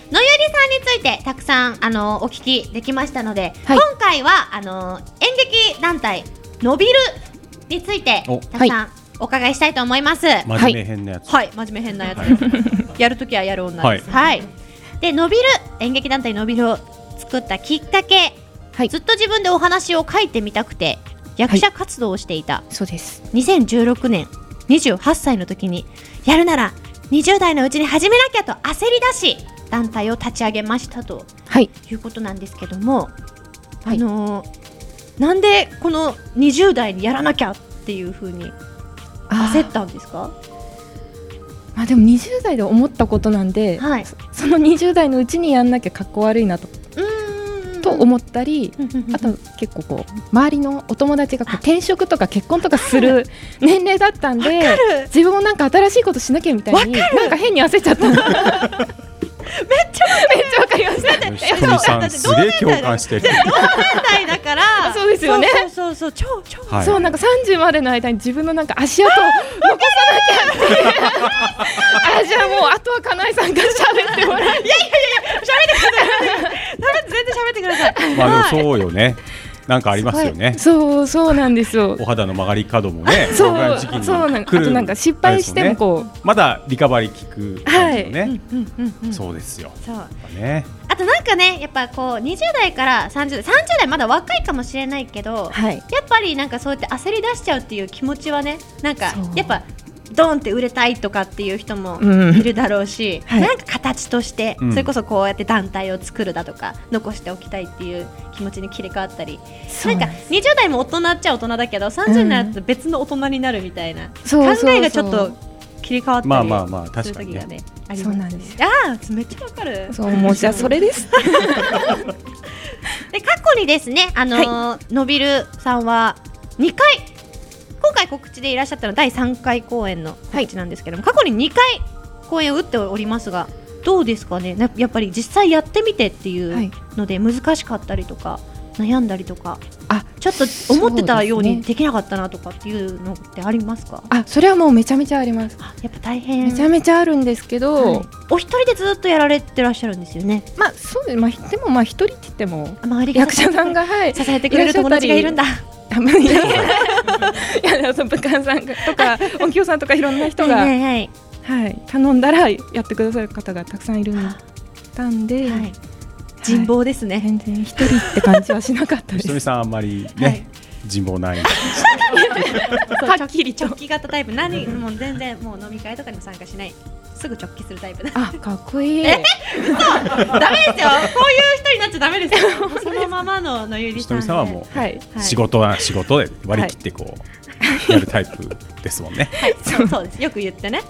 Speaker 1: ついてたくさんあのお聞きできましたので、
Speaker 9: はい
Speaker 1: 今回はあの演劇団体のびるについて
Speaker 3: お
Speaker 1: たくさんお伺いしたいと思います。はい、
Speaker 3: 真面目編のやつ
Speaker 1: 真面目変なやつです。やるときはやる女です。はい。でのびる演劇団体のびるを作ったきっかけ、
Speaker 9: はい
Speaker 1: ずっと自分でお話を書いてみたくて役者活動をしていた。
Speaker 9: そうです。
Speaker 1: 2016年28歳の時にやるなら20代のうちに始めなきゃと焦り出し団体を立ち上げましたと
Speaker 9: はい、
Speaker 1: いうことなんですけども、
Speaker 9: はい
Speaker 1: あのーなんでこの20代にやらなきゃっていうふうに焦
Speaker 9: 焦
Speaker 1: ったんですか
Speaker 9: まあでも20代で思ったことなんで、
Speaker 1: はい
Speaker 9: その20代のうちにやんなきゃかっこ悪いなと,、
Speaker 1: うーん
Speaker 9: と思ったり、
Speaker 1: うん
Speaker 9: あと結構こう周りのお友達がこう転職とか結婚とかする年齢だったんで、自分もなんか新しいことしなきゃみたいに、なんか変に焦っち ゃった。めっちゃめっ ちゃわかりました。
Speaker 3: 吉富さんすげえ共感してる
Speaker 1: 20代だから
Speaker 9: そうですよね。
Speaker 1: そうそうそう超超
Speaker 3: はい
Speaker 9: そうなんか30までの間に自分のなんか足跡を残さなきゃっていうあじゃあもうあとはかなえさんが喋ってもらえ
Speaker 1: 全然喋ってください
Speaker 3: まあでもそうよねなんかありますよね
Speaker 9: そうそうなんですよ
Speaker 3: お肌の曲がり角もね
Speaker 9: そ
Speaker 3: 僕らの
Speaker 9: う
Speaker 3: 時期に
Speaker 9: そうなんあ
Speaker 3: 来る
Speaker 9: となんか失敗してもこう
Speaker 3: まだリカバリー効く感じのね、
Speaker 9: うんうんうん
Speaker 3: そうですよ。
Speaker 1: そう
Speaker 3: やっぱね、
Speaker 1: あとなんかねやっぱこう20代から30代30代まだ若いかもしれないけど、
Speaker 9: はい
Speaker 1: やっぱりなんかそうやって焦り出しちゃうっていう気持ちはねなんか
Speaker 9: そう
Speaker 1: やっぱドンって売れたいとかっていう人も
Speaker 9: うん
Speaker 1: いるだろうし、
Speaker 9: はい
Speaker 1: なんか形として、
Speaker 3: うん
Speaker 1: それこそこうやって団体を作るだとか残しておきたいっていう気持ちに切り替わったり
Speaker 9: そ
Speaker 1: な
Speaker 9: うん
Speaker 1: か20代も大人っちゃ大人だけど30になると別の大人になるみたいな、
Speaker 9: そう
Speaker 1: 考えがちょっと切り替わったり
Speaker 3: まあまあまあ
Speaker 1: す
Speaker 3: 確
Speaker 1: る
Speaker 3: か
Speaker 1: 時
Speaker 3: に
Speaker 1: が
Speaker 3: ね
Speaker 1: ねあり
Speaker 9: そう
Speaker 1: ま
Speaker 9: なん
Speaker 1: す
Speaker 9: ですよ
Speaker 1: ああめっちゃわかる
Speaker 9: そうもうじゃあそれです
Speaker 1: で過去にですね、あのーのびるさんは2回今回告知でいらっしゃったのは第3回公演の告知なんですけども、過去に2回公演を打っておりますがどうですかねなやっぱり実際やってみてってい
Speaker 9: はい、
Speaker 1: うので難しかったりとか悩んだりとか
Speaker 9: あ
Speaker 1: ちょっと思ってたよう
Speaker 9: そう
Speaker 1: に
Speaker 9: ですね
Speaker 1: できなかったなとかっていうのってありますか
Speaker 9: あそれはもうめちゃめちゃあります、
Speaker 1: あやっぱ大変
Speaker 9: めちゃめちゃあるんですけど、
Speaker 1: はいお一人でずっとやられてらっしゃるんですよね
Speaker 9: まあそうです、まあ、ひでもまあ一人って言っても
Speaker 1: 周りが
Speaker 9: 役者さんがはい
Speaker 1: 支えてくれる友達がいるんだ
Speaker 9: あんまりいやでもその武漢さんがとか音響さんとかいろんな人
Speaker 1: は
Speaker 9: が、
Speaker 1: いはい
Speaker 9: はい、頼んだらやってくださる方がたくさんいるんたんで、
Speaker 1: はい、
Speaker 9: はい
Speaker 1: 人望ですね、
Speaker 9: 全然一人って感じはしなかったで
Speaker 3: ひとみ
Speaker 9: す。
Speaker 3: さんあんまり
Speaker 1: は
Speaker 3: ね
Speaker 1: い
Speaker 3: 人望ない
Speaker 9: はっきりと
Speaker 1: 直帰型タイプ何もう全然もう飲み会とかにも参加しないすぐ直帰するタイ プだ
Speaker 9: あ、かっこいい。
Speaker 1: ダ メですよこういう人になっちゃダメですよそのままののゆり
Speaker 3: ひ
Speaker 1: さ
Speaker 3: と
Speaker 1: ん
Speaker 3: み
Speaker 1: で
Speaker 3: さんはも
Speaker 9: はい。
Speaker 1: は
Speaker 3: う
Speaker 1: い
Speaker 3: 仕事は仕事で割り切ってこうやるタイプですもんね
Speaker 1: はいそうそうですよく言ってね
Speaker 3: よ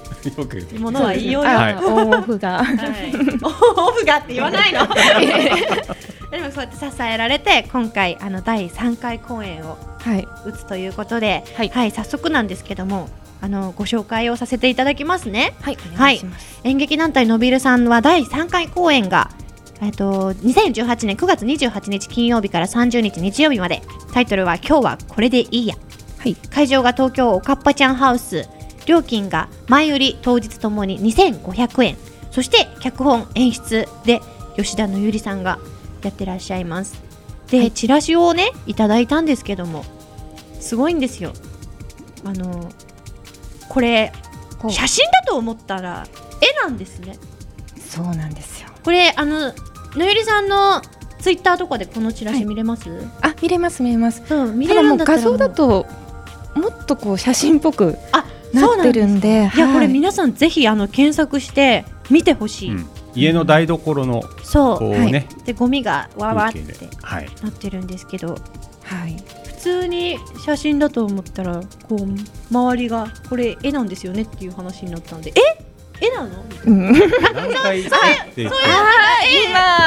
Speaker 3: く
Speaker 1: ものは言いようよ、
Speaker 3: は
Speaker 1: はいい、
Speaker 9: あオンオフが。
Speaker 1: オフがって言わない のでもそうやって支えられて今回あの第3回公演を
Speaker 9: はい。
Speaker 1: 打つということで、は、
Speaker 9: はいい
Speaker 1: 早速なんですけどもあのご紹介をさせていただきますね
Speaker 9: はい。お
Speaker 1: は
Speaker 9: 願
Speaker 1: い
Speaker 9: いします。
Speaker 1: 演劇団体のびるさんは第3回公演が、えっと、2018年9月28日金曜日から30日日曜日までタイトルは「今日はこれでいいや」
Speaker 9: はい
Speaker 1: 会場が東京おかっぱちゃんハウス料金が前売り当日ともに2500円そして脚本演出で吉田のゆりさんがやってらっしゃいますで、チラシをねいただいたんですけどもすごいんですよあのこれ
Speaker 9: ほう
Speaker 1: 写真だと思ったら絵なんですね
Speaker 9: そうなんですよ。
Speaker 1: これあののゆりさんのツイッターとかでこのチラシ見れます、
Speaker 9: あ、見れます見れます。
Speaker 1: そう見
Speaker 9: た
Speaker 1: れ
Speaker 9: だ
Speaker 1: る
Speaker 9: も
Speaker 1: んだ
Speaker 9: う
Speaker 1: った
Speaker 9: 画
Speaker 1: らも
Speaker 9: 像
Speaker 1: う
Speaker 9: だともっとこう写真っぽく
Speaker 1: あ
Speaker 9: なってる
Speaker 1: そうなん
Speaker 9: んで、
Speaker 1: ですいやこれ
Speaker 9: はい
Speaker 1: 皆さんぜひあの検索して見てほしい、
Speaker 3: うん家の台所の
Speaker 1: そ
Speaker 3: こうね
Speaker 1: うでゴミがわわっ
Speaker 3: 風
Speaker 1: て
Speaker 3: 景ではい
Speaker 1: なってるんですけど
Speaker 9: はい。
Speaker 1: 普通に写真だと思ったらこう周りがこれ絵なんですよねっていう話になったんでえ絵なの
Speaker 9: うん。
Speaker 3: 何回作っていくあ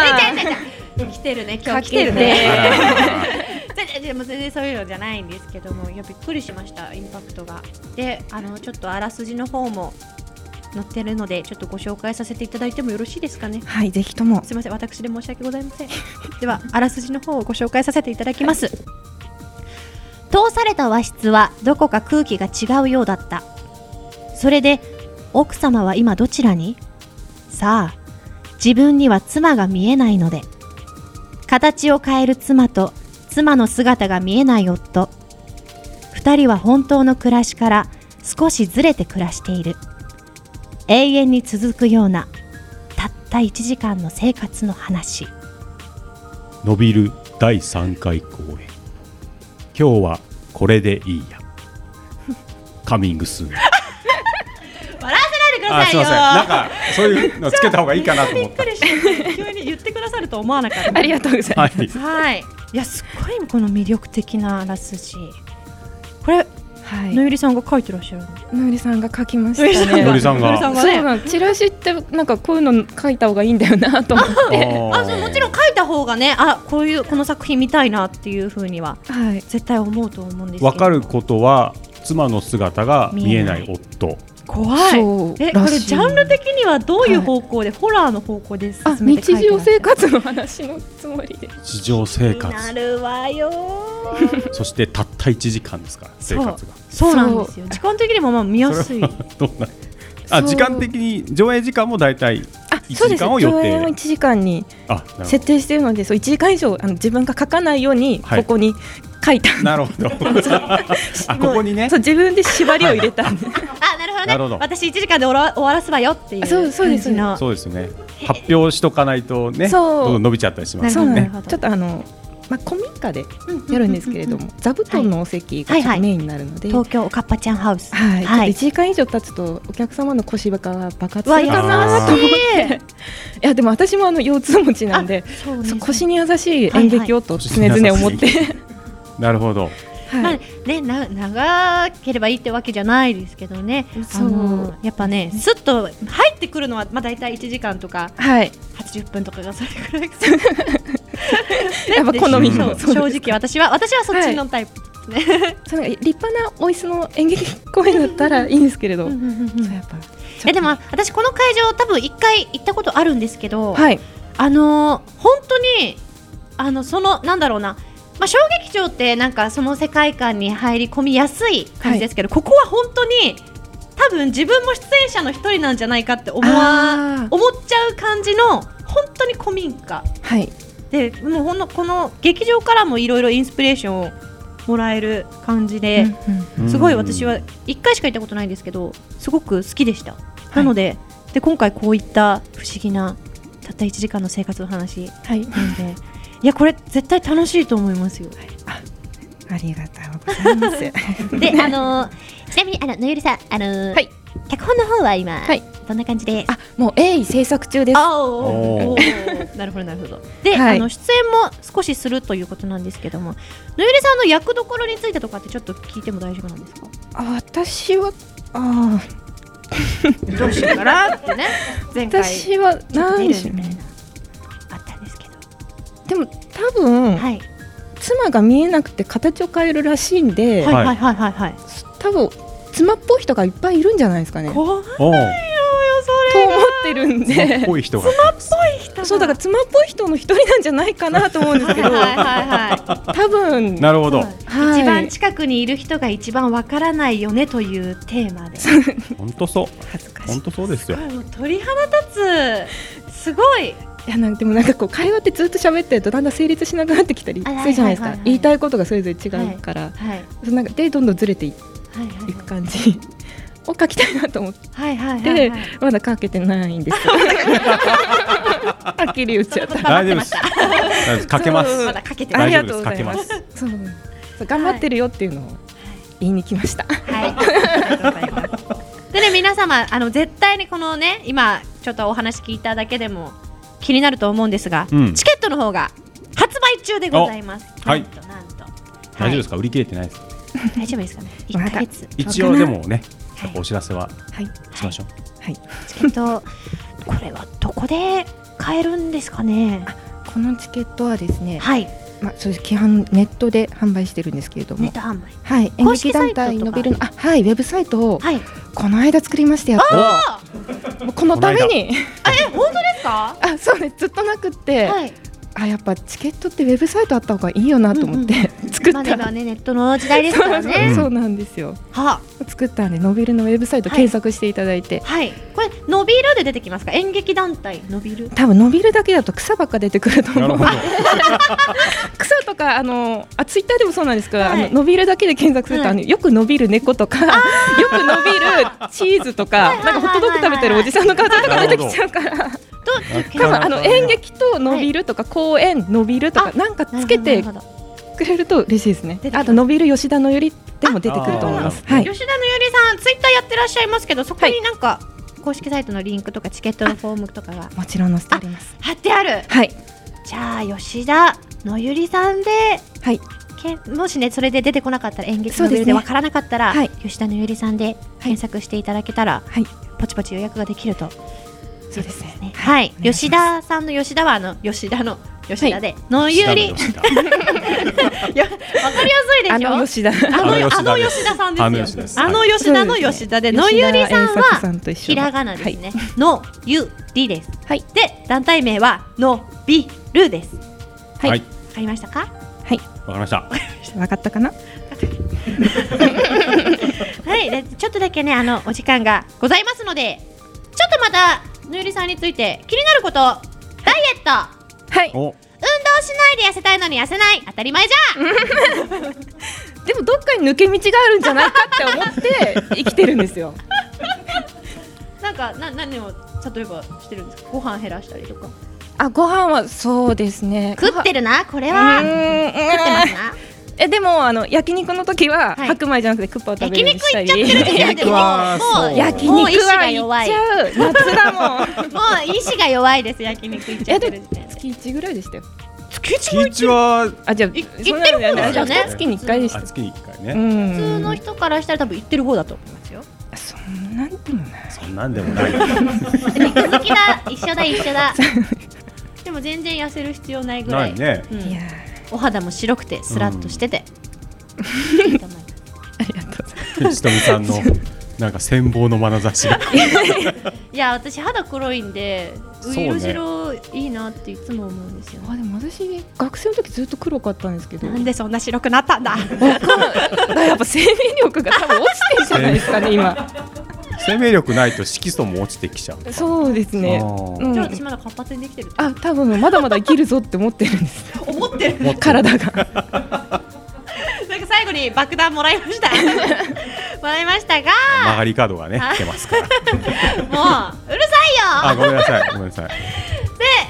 Speaker 1: 来てるね今日来
Speaker 9: 来
Speaker 1: て
Speaker 9: て
Speaker 1: る
Speaker 9: る
Speaker 1: ね
Speaker 9: ね
Speaker 3: らら
Speaker 1: 全然でも全然そういうのじゃないんですけどもいやびっくりしましたインパクトがであのちょっとあらすじの方も載ってるのでちょっとご紹介させていただいてもよろしいですかね
Speaker 9: はい、ぜひとも。
Speaker 1: すみません私で申し訳ございません ではあらすじの方をご紹介させていただきます、通された和室はどこか空気が違うようだったそれで奥様は今どちらにさあ自分には妻が見えないので形を変える妻と妻の姿が見えない夫2人は本当の暮らしから少しずれて暮らしている永遠に続くようなたった1時間の生活の話
Speaker 3: 伸びる第3回公演今日はこれでいいやカミングスーン
Speaker 1: く
Speaker 3: あすいませんなんかそういうのつけた方がいいかなと思
Speaker 1: び
Speaker 3: っ
Speaker 1: ったくりして急に言ってくださると思わなかった
Speaker 9: ありがとうございます。
Speaker 3: はい
Speaker 1: はいいやすっごいこの魅力的なあらすじこれ
Speaker 9: は
Speaker 1: のゆりさんが書いてらっしゃるの
Speaker 9: のりさんが書きました
Speaker 3: の
Speaker 9: ね。
Speaker 3: りさんが
Speaker 1: のり
Speaker 9: そう
Speaker 1: さんがね
Speaker 9: なんチラシってなんかこういうの書いた方がいいんだよなと思って
Speaker 1: あそうもちろん書いた方がねあこういうこの作品見たいなっていうふうには
Speaker 9: はい
Speaker 1: 絶対思うと思うんですけど
Speaker 3: 分かることは妻の姿が見えない
Speaker 1: 見
Speaker 3: 夫
Speaker 1: 怖い
Speaker 9: そう
Speaker 1: えこ
Speaker 9: ら
Speaker 1: れ
Speaker 9: しい
Speaker 1: ジャンル的にはどういう方向で、ホラーの方向で進
Speaker 9: あ
Speaker 1: めて書い
Speaker 9: 日
Speaker 1: てらっしゃる
Speaker 9: 常生活の話のつもりで
Speaker 3: 日常生
Speaker 1: 気にな
Speaker 3: 活
Speaker 1: るわよー
Speaker 3: そしてたった1時間ですから生活が
Speaker 1: そうなんですよ時間的にもまあ見やすい
Speaker 3: どうなあ
Speaker 9: そう
Speaker 3: 時間的に上映時間も大体
Speaker 9: あ
Speaker 3: 一
Speaker 9: そうで
Speaker 3: 時
Speaker 9: す
Speaker 3: 間を
Speaker 9: 上
Speaker 3: 予定
Speaker 9: 映を1時間に
Speaker 3: あなるほど
Speaker 9: 設定してるのでそう1時間以上あの自分が書かないように
Speaker 3: はい
Speaker 9: ここに書いた、
Speaker 3: なるほ どあここにね
Speaker 9: そう自分で縛りを入れたんで
Speaker 1: あなるほどね
Speaker 3: なるほど
Speaker 1: 私1時間で終わ終わらすわよっていう
Speaker 9: そうそうです
Speaker 1: 感じの
Speaker 3: そうですよね発表しとかないとね
Speaker 9: そう
Speaker 3: どんどん伸びちゃったりします
Speaker 1: な
Speaker 9: そ
Speaker 1: る
Speaker 9: うな
Speaker 1: ほどね
Speaker 9: んですちょっとあのまあ、古民家でやるんですけれども座布団のお席がちょっと
Speaker 1: はいはい
Speaker 9: メインになるので、はい
Speaker 1: 東京おかっぱちゃんハウス。
Speaker 9: ちょっと
Speaker 1: はい
Speaker 9: 1時間以上経つとお客様の腰が爆発
Speaker 1: わ
Speaker 9: す
Speaker 1: 優
Speaker 9: る
Speaker 1: し
Speaker 9: かなと思っていやでも私もあの腰痛持ちなんで
Speaker 1: そう
Speaker 9: そう腰に優しい演劇をと常々思って、
Speaker 3: なるほど。
Speaker 1: ま
Speaker 9: は
Speaker 1: あ
Speaker 9: い、
Speaker 1: ね、な長ければいいってわけじゃないですけどねあ
Speaker 9: そう
Speaker 1: のやっぱねすっと入ってくるのは、まあ、大体1時間とか
Speaker 9: はい、
Speaker 1: 80分とかがそれくらい
Speaker 9: やっぱ好みの、
Speaker 3: ん
Speaker 9: そ
Speaker 1: 正
Speaker 9: うです
Speaker 1: 直私は私はそっちのタイプ、
Speaker 9: そうなんか立派なお椅子の演劇公演だったらいいんですけれど、
Speaker 1: うんうんうんう
Speaker 9: そ
Speaker 1: ん
Speaker 9: うやっぱ
Speaker 1: えでも私この会場多分1回行ったことあるんですけど、
Speaker 9: はい
Speaker 1: あのー本当にあのそのなんだろうなまあ、小劇場ってなんかその世界観に入り込みやすい感じですけど、ここは本当に多分自分も出演者の一人なんじゃないかって思わ
Speaker 9: あー
Speaker 1: 思っちゃう感じの本当に古民家
Speaker 9: はい
Speaker 1: でもうほんのこの劇場からもいろいろインスピレーションをもらえる感じで、
Speaker 9: うんうん
Speaker 1: すごい私は1回しか行ったことないんですけどすごく好きでした、なのでで今回こういった不思議なたった1時間の生活の話
Speaker 9: はい
Speaker 1: なんでいやこれ絶対楽しいと思いますよ
Speaker 9: ありがとうございます
Speaker 2: で、あのー、ちなみに、あの、のゆりさん、あのー
Speaker 9: はい
Speaker 2: 脚本の方は今、
Speaker 9: はい
Speaker 2: どんな感じで
Speaker 9: あもう鋭意制作中です
Speaker 1: あ
Speaker 3: お
Speaker 1: おーなるほどなるほどで、
Speaker 9: はい
Speaker 1: あの出演も少しするということなんですけどものゆりさんの役どころについてとかってちょっと聞いても大丈夫なんですか
Speaker 9: あ私はあー
Speaker 1: どうしようかなってね前回
Speaker 9: 私は
Speaker 1: ちょっと
Speaker 9: 何
Speaker 1: 出る
Speaker 9: でしょう
Speaker 1: みたい
Speaker 9: ね
Speaker 1: なあったんですけど
Speaker 9: でも多分、
Speaker 1: はい
Speaker 9: 妻が見えなくて形を変えるらしいんで、
Speaker 3: はい
Speaker 1: はいはいはいはい
Speaker 9: 多分妻っぽい人がいっぱいいるんじゃないですかねと思
Speaker 1: 怖いよ
Speaker 3: おお。
Speaker 1: それ
Speaker 9: ってるん
Speaker 3: 妻っ
Speaker 9: で
Speaker 3: ぽい人が。
Speaker 9: そうだから妻っぽい人の一人なんじゃないかなと思うんですけど
Speaker 1: はいはいはいはい
Speaker 9: 多分
Speaker 3: なるほど。
Speaker 9: はい
Speaker 1: 一番近くにいる人が一番わからないよねというテーマで
Speaker 3: 本当そう。
Speaker 9: 恥ずかしい
Speaker 3: 本当そうですよ。
Speaker 1: これもう鳥肌立つすご い
Speaker 9: いやなんでもなんかこう会話ってずっと喋ってるとだんだん成立しなくなってきたりするじゃないです
Speaker 1: あはいはいはいは
Speaker 9: か
Speaker 1: い
Speaker 9: 言いたいことがそれぞれ違うから、
Speaker 1: はい
Speaker 9: そうなんかでどんどんずれてい
Speaker 1: はい
Speaker 9: いく感じを書きたいなと思って
Speaker 1: はいはいはいはいはい
Speaker 9: まだ書けてな いんですけどはっきり言っちゃった
Speaker 3: 大丈夫です。大丈夫ですかけます。
Speaker 1: まだかけて
Speaker 9: あ
Speaker 1: ない
Speaker 9: り
Speaker 3: 大
Speaker 9: が
Speaker 3: 丈
Speaker 9: と
Speaker 3: 夫ですか
Speaker 9: うござ
Speaker 3: け
Speaker 9: い
Speaker 3: ま
Speaker 9: ますすそうそう頑張ってるよっていうのを言いに来ました、
Speaker 1: はいでね皆様あの絶対にこのね今ちょっとお話聞いただけでも気になると思うんですが、
Speaker 3: うん
Speaker 1: チケットの方が発売中でございます
Speaker 3: おはい
Speaker 1: なんとなんと
Speaker 3: 大丈夫
Speaker 1: は
Speaker 3: で
Speaker 1: い
Speaker 3: すか。売り切れてないです。
Speaker 1: 大丈夫ですかね
Speaker 9: まだ
Speaker 1: 1ヶ月
Speaker 3: 一応でもね
Speaker 9: はい、
Speaker 3: お知らせは
Speaker 9: はい
Speaker 3: しましょう。
Speaker 1: チケットこれはどこで買えるんですかね
Speaker 9: このチケットはですね、
Speaker 1: はい
Speaker 9: まあ、そうです基本ネットで販売してるんですけれど
Speaker 1: ネッ
Speaker 9: も、
Speaker 1: ト販売
Speaker 9: はい、演
Speaker 1: 公式
Speaker 9: 劇団体のビルのあはいウェブサイトを
Speaker 1: はい
Speaker 9: この間作りましたよ
Speaker 3: あ
Speaker 9: もうこのために
Speaker 1: え本当ですか
Speaker 9: あそうねずっとなくって、
Speaker 1: はい
Speaker 9: あやっぱチケットってウェブサイトあった方がいいよなと思って、 作っ
Speaker 1: ま
Speaker 9: た、
Speaker 1: あ今はねネットの時代ですから
Speaker 9: そう
Speaker 1: ね
Speaker 9: そうそうなんですよ
Speaker 1: は
Speaker 9: 作ったんでノビルのウェブサイト
Speaker 1: はい
Speaker 9: 検索していただいて、
Speaker 1: はいこれ伸びるで出てきますか演劇団体伸びる
Speaker 9: 多分伸びるだけだと草ばっか出てくると
Speaker 3: なる
Speaker 9: 思う
Speaker 3: ほど。
Speaker 9: 草とかあのあツイッターでもそうなんですけど、
Speaker 1: はい
Speaker 9: あの伸びるだけで検索すると、
Speaker 1: はい
Speaker 9: あのよく伸びる猫とかよく伸びるチーズとか
Speaker 1: いはいはい
Speaker 9: な
Speaker 1: は
Speaker 9: ん
Speaker 1: い
Speaker 9: かホットドッグ食べてるおじさんの画像とか出てきちゃうから 多分あの演劇と伸びるとか公演伸びるとかなんかつけて
Speaker 1: なるほどなるほ
Speaker 9: くれると嬉しいですね
Speaker 1: 出てきます
Speaker 9: あと伸びる吉田のよりでも出てくると思います
Speaker 3: あ
Speaker 9: はい
Speaker 1: ど吉田のゆりさんツイッターやってらっしゃいますけどそこになんか公式サイトのリンクとかチケットのフォームとかが
Speaker 9: もちろん載せてあります
Speaker 1: 貼ってある
Speaker 9: はい
Speaker 1: じゃあ吉田のゆりさんで
Speaker 9: はい
Speaker 1: けんもしねそれで出てこなかったら演劇
Speaker 9: そ
Speaker 1: の
Speaker 9: うで
Speaker 1: ビル
Speaker 9: すね
Speaker 1: でわからなかったら、
Speaker 9: はい
Speaker 1: 吉田のゆりさんで検索していただけたら、
Speaker 9: はい
Speaker 1: ポチポチ予約ができると、
Speaker 9: そうですね
Speaker 1: はい、
Speaker 9: お願いし
Speaker 1: 吉田さんの吉田はあの吉田の吉田で、のゆりわか
Speaker 3: 吉田
Speaker 1: りやすいでしょ
Speaker 9: あの吉田
Speaker 1: あのあの
Speaker 3: あの
Speaker 1: 吉
Speaker 3: 吉
Speaker 1: 田
Speaker 3: 田
Speaker 1: さん
Speaker 3: です
Speaker 1: ですよあ
Speaker 3: あ
Speaker 1: の
Speaker 3: の
Speaker 1: 吉田の
Speaker 9: そうですね
Speaker 1: 吉田でのゆりさん
Speaker 9: 吉田栄作
Speaker 1: は
Speaker 9: さんと一緒
Speaker 1: ひらがなですね、のゆりです、
Speaker 9: はい
Speaker 1: で団体名はのびるですわ
Speaker 9: はい
Speaker 3: はい。
Speaker 1: かりましたか
Speaker 3: わかりました。
Speaker 9: わかったかな
Speaker 1: はい、でちょっとだけね、あのお時間がございますので、ちょっとまたぬゆりさんについて気になること、ダイエット、
Speaker 9: はい
Speaker 3: お、
Speaker 1: 運動しないで痩せたいのに痩せない、当たり前じゃん。
Speaker 9: でもどっかに抜け道があるんじゃないかって思って生きてるんですよ
Speaker 1: なんかな何を例えばしてるんですか、ご飯減らしたりとか。
Speaker 9: あご飯はそうですね
Speaker 2: 食ってるなこれ
Speaker 9: ご
Speaker 2: は
Speaker 9: 飯う
Speaker 2: 食っ
Speaker 9: ーんう
Speaker 2: て
Speaker 9: ーん
Speaker 2: ますな
Speaker 9: えでもあの焼肉の時は、
Speaker 2: はい
Speaker 9: 白米じゃなくてクッパを食べ
Speaker 2: 焼
Speaker 9: るよう
Speaker 2: 肉
Speaker 9: にした
Speaker 2: 行っ
Speaker 9: り
Speaker 2: ちゃってる時点でもうもう
Speaker 9: 焼肉
Speaker 2: もう意志
Speaker 9: は
Speaker 2: が
Speaker 9: 行
Speaker 2: 弱
Speaker 9: っ
Speaker 2: い
Speaker 9: ちゃう夏だもん
Speaker 2: もう意志が弱いです焼肉行っちゃってる時点で
Speaker 9: 月一ぐらいでしたよ
Speaker 3: 月一は
Speaker 9: あじゃあ
Speaker 2: い
Speaker 9: そん
Speaker 3: 行っ
Speaker 9: なのじゃない
Speaker 3: てる方だよね
Speaker 9: 二月に一回でした
Speaker 3: あ月1回ね、
Speaker 9: うん
Speaker 2: 普通の人からしたら多分行ってる方だと思いますよ
Speaker 9: そんなんでもない
Speaker 3: そんなんでもない
Speaker 2: 肉好きだ一緒だ一緒だでも全然痩せる必要ないぐら
Speaker 3: ないいね
Speaker 2: うん
Speaker 9: いやー
Speaker 2: お肌も白くてスラッとしてて、いいと思います
Speaker 9: ありがとうござい
Speaker 3: ひとみさんのなんか羨望の眼差しが
Speaker 2: いや私肌黒いんで
Speaker 3: そうね
Speaker 2: 色白いいなっていつも思うんですよ、
Speaker 9: ますあでも私学生の時ずっと黒かったんですけど
Speaker 2: なんでそんな白くなったんだ
Speaker 9: やっぱ生命力が多分落ちてるじゃないですかね今
Speaker 3: 生命力ないと色素も落ちてきちゃう
Speaker 9: そうですね
Speaker 3: あー
Speaker 9: うん
Speaker 2: じゃあ私まだ活発にできてる
Speaker 9: あ多分まだまだ生きるぞって思ってるんです
Speaker 2: 思ってる
Speaker 9: 体が
Speaker 2: なんか最後に爆弾もらいましたもらいましたが
Speaker 3: 曲がり角がね来てますから
Speaker 2: もううるさい
Speaker 3: あ
Speaker 2: よ
Speaker 3: ごめんなさいごめんなさい
Speaker 2: で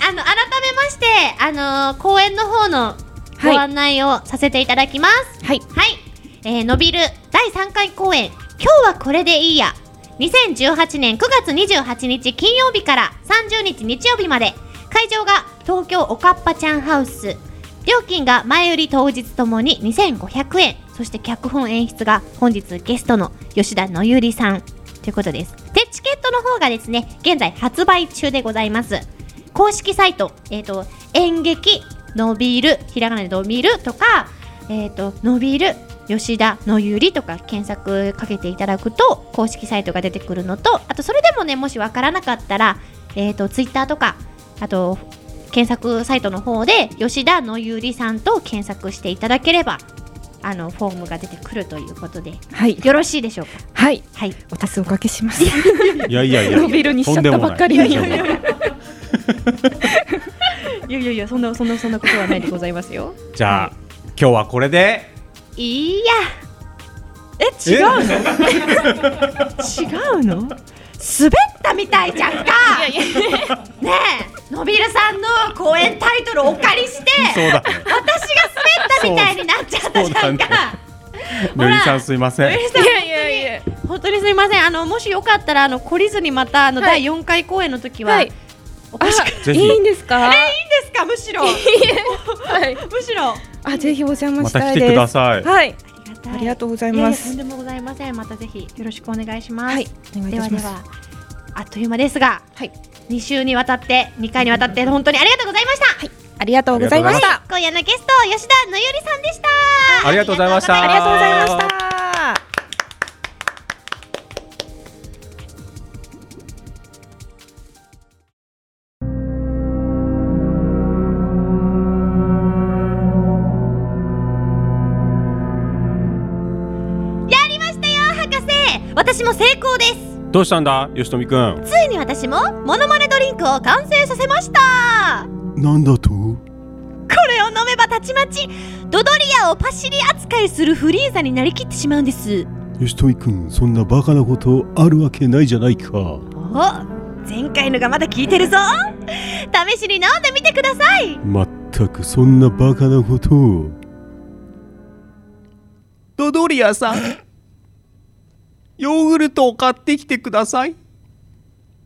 Speaker 2: あの改めましてあのー公演の方のご案内をさせていただきます
Speaker 9: はい
Speaker 2: はい、えー、のびる第3回公演今日はこれでいいや2018年9月28日金曜日から30日日曜日まで会場が東京おかっぱちゃんハウス料金が前売り当日ともに2500円そして脚本演出が本日ゲストの吉田のゆりさんということですでチケットの方がですね現在発売中でございます公式サイト、えっと演劇のびるひらがなでのびるとか、えっとのびる吉田のゆりとか検索かけていただくと公式サイトが出てくるのとあとそれでもねもしわからなかったら、えっとツイッターとかあと検索サイトの方で吉田のゆりさんと検索していただければあのフォームが出てくるということで
Speaker 9: はい
Speaker 2: よろしいでしょうか
Speaker 9: はい
Speaker 2: はい
Speaker 9: お達せおかけします
Speaker 3: いやいやいや
Speaker 9: 伸びるにしちゃったばっかり
Speaker 3: とん
Speaker 9: に
Speaker 3: でもない
Speaker 2: いやいやいやそんなそんなそんなことはないでございますよ
Speaker 3: じゃあ今日はこれで
Speaker 2: いいや
Speaker 3: 違うの
Speaker 2: 違うの滑ったみたいじゃんかねえのびるさんの公演タイトルお借りして
Speaker 3: そうだね
Speaker 2: 私が滑ったみたいになっちゃったじゃんか
Speaker 3: のりさんすいません
Speaker 2: いやいやいや本当にすみませんあのもしよかったらあの懲りずにまたあの、
Speaker 9: はい
Speaker 2: 第4回公演の時は、、
Speaker 9: はいい
Speaker 2: い
Speaker 9: あ
Speaker 3: ぜ
Speaker 9: い
Speaker 3: ひ
Speaker 9: いんですか
Speaker 2: ですかむしろ
Speaker 9: はい
Speaker 2: むしろ
Speaker 9: あぜひお邪魔
Speaker 3: ま
Speaker 9: したた
Speaker 3: 来
Speaker 9: い
Speaker 3: て
Speaker 9: で
Speaker 3: く
Speaker 9: す
Speaker 3: ださい
Speaker 9: はい
Speaker 2: ありが
Speaker 9: ありがとうござい
Speaker 2: いや
Speaker 9: ま
Speaker 2: いやとん
Speaker 9: す
Speaker 2: でもございませんまたぜひよろしくお願いします、
Speaker 9: はいお願いい
Speaker 2: で
Speaker 9: た
Speaker 2: は
Speaker 9: しま
Speaker 2: ですはあっという間ですが、
Speaker 9: はい
Speaker 2: 2週にわたって2回にわたって本当にありがとうございました、
Speaker 9: ありがとうございました
Speaker 2: 今夜のゲスト吉田のゆりさんでした
Speaker 3: ありがとうございました
Speaker 9: ありがとうございました
Speaker 2: やりましたよ博士私も成功です
Speaker 3: どうしたんだよしとみくん
Speaker 2: ついに私もモノマネドリンクを完成させました
Speaker 3: なんだと
Speaker 2: これを飲めばたちまちドドリアをパシリ扱いするフリーザになりきってしまうんです
Speaker 10: よしとみくんそんなバカなことあるわけないじゃないか
Speaker 2: お前回のがまだ効いてるぞ試しに飲んでみてください
Speaker 10: まったくそんなバカなことを
Speaker 11: ドドリアさんヨーグルトを買ってきてください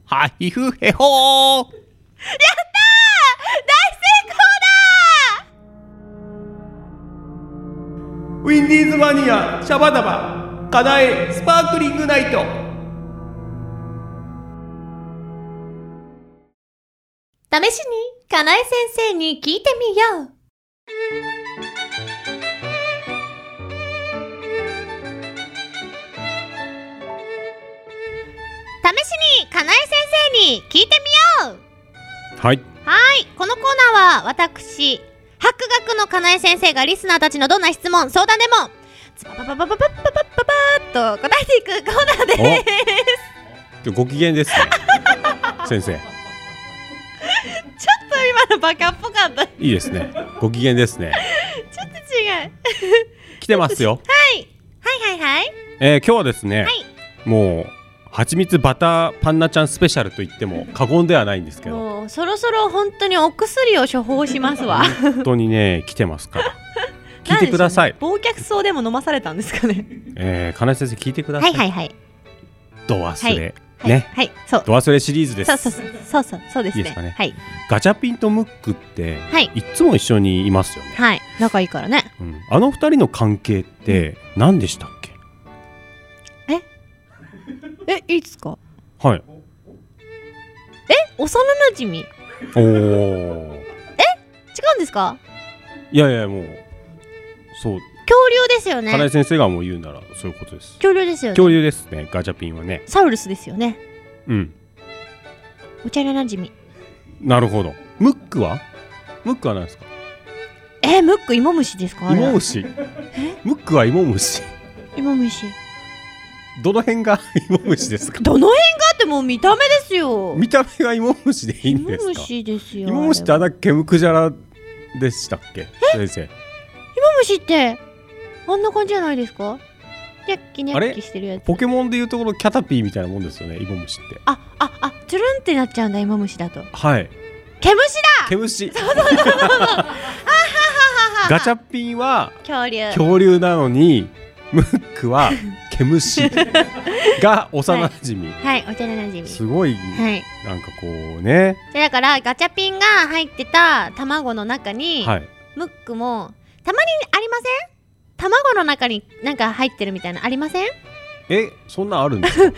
Speaker 11: ハヒフヘホーウィンディーズマニアシャバダバカナエスパークリングナイト
Speaker 12: 試しに、かなえ先生に聞いてみよう。
Speaker 2: 試しにかなえ先生に聞いてみよう
Speaker 3: はい
Speaker 2: はいこのコーナーは私博学のかなえ先生がリスナーたちのどんな質問相談でもズバババババババババッと答えていくコーナーです
Speaker 3: 今日ご機嫌ですね先生
Speaker 2: 今のバカっぽかったちょ
Speaker 3: いいですねご機嫌ですね
Speaker 2: っと違うはい
Speaker 3: 来てますよ
Speaker 2: はいはいはい
Speaker 3: えー、今日はですね、もう蜂蜜バターパンナちゃんスペシャルと言っても過言ではないんですけど
Speaker 1: もうそろそろ本当にお薬を処方しますわ
Speaker 3: 本当にね来てま すから 聞いてください、
Speaker 1: 忘却草でも飲まされたんですかね
Speaker 3: えー、金井先生聞いてくださ、
Speaker 1: はいいはいはい
Speaker 3: ド忘れ、
Speaker 1: はい、
Speaker 3: ね
Speaker 1: はいそう
Speaker 3: ド忘れシリーズです
Speaker 1: そうそうそうそうそうそうですね
Speaker 3: いいですかね
Speaker 1: はい
Speaker 3: ガチャピンとムックって、
Speaker 1: はい
Speaker 3: いっつも一緒にいますよね、
Speaker 1: はい 仲いいからね
Speaker 3: うん、あの二人の関係って何でしたっけ、
Speaker 1: えいいですか
Speaker 3: はい
Speaker 1: 幼馴染違うん
Speaker 3: おお
Speaker 1: ですか
Speaker 3: いやいやもうそう
Speaker 1: 恐竜ですよ
Speaker 3: 金井
Speaker 1: ね
Speaker 3: 先生がもう言うならそういうことです
Speaker 1: 恐竜ですよね
Speaker 3: 恐竜ですねガチャピンはね
Speaker 1: サウルスですよね
Speaker 3: うん
Speaker 1: お茶の馴染み
Speaker 3: なるほどムックはムックは何ですか
Speaker 1: えー、ムックイモムシですかあ
Speaker 3: イ
Speaker 1: れ
Speaker 3: モムシムックはイモムシ
Speaker 1: イモムシ
Speaker 3: どの辺が イモムシですか
Speaker 1: どの辺があってもう見た目ですよ
Speaker 3: 見た目がイモムシでいい
Speaker 1: イ
Speaker 3: ん
Speaker 1: モ
Speaker 3: です
Speaker 1: ム
Speaker 3: か
Speaker 1: シですよ
Speaker 3: イモムシってあ
Speaker 1: あれ
Speaker 3: だケムクジャラでしたっけ先生
Speaker 1: イモムシってあんな感じじゃないですかニャッキニャ
Speaker 3: あ
Speaker 1: ッ
Speaker 3: れ
Speaker 1: キしてるやつ
Speaker 3: ポケモンでいうところキャタピーみたいなもんですよねイモムシって
Speaker 1: あああつるんってなっちゃうんだイモムシだと
Speaker 3: はい
Speaker 1: 毛虫
Speaker 3: 毛虫 ガチャピンは
Speaker 1: だ恐竜
Speaker 3: 恐竜なのにムックは毛虫が幼馴染み、
Speaker 1: はいお茶の馴染み
Speaker 3: すごい
Speaker 1: はい
Speaker 3: なんかこうね、
Speaker 1: でだからガチャピンが入ってた卵の中に、
Speaker 3: はい、
Speaker 1: ムックもたまにありません卵の中になんか入ってるみたいなのありません
Speaker 3: えそんなんあるんですか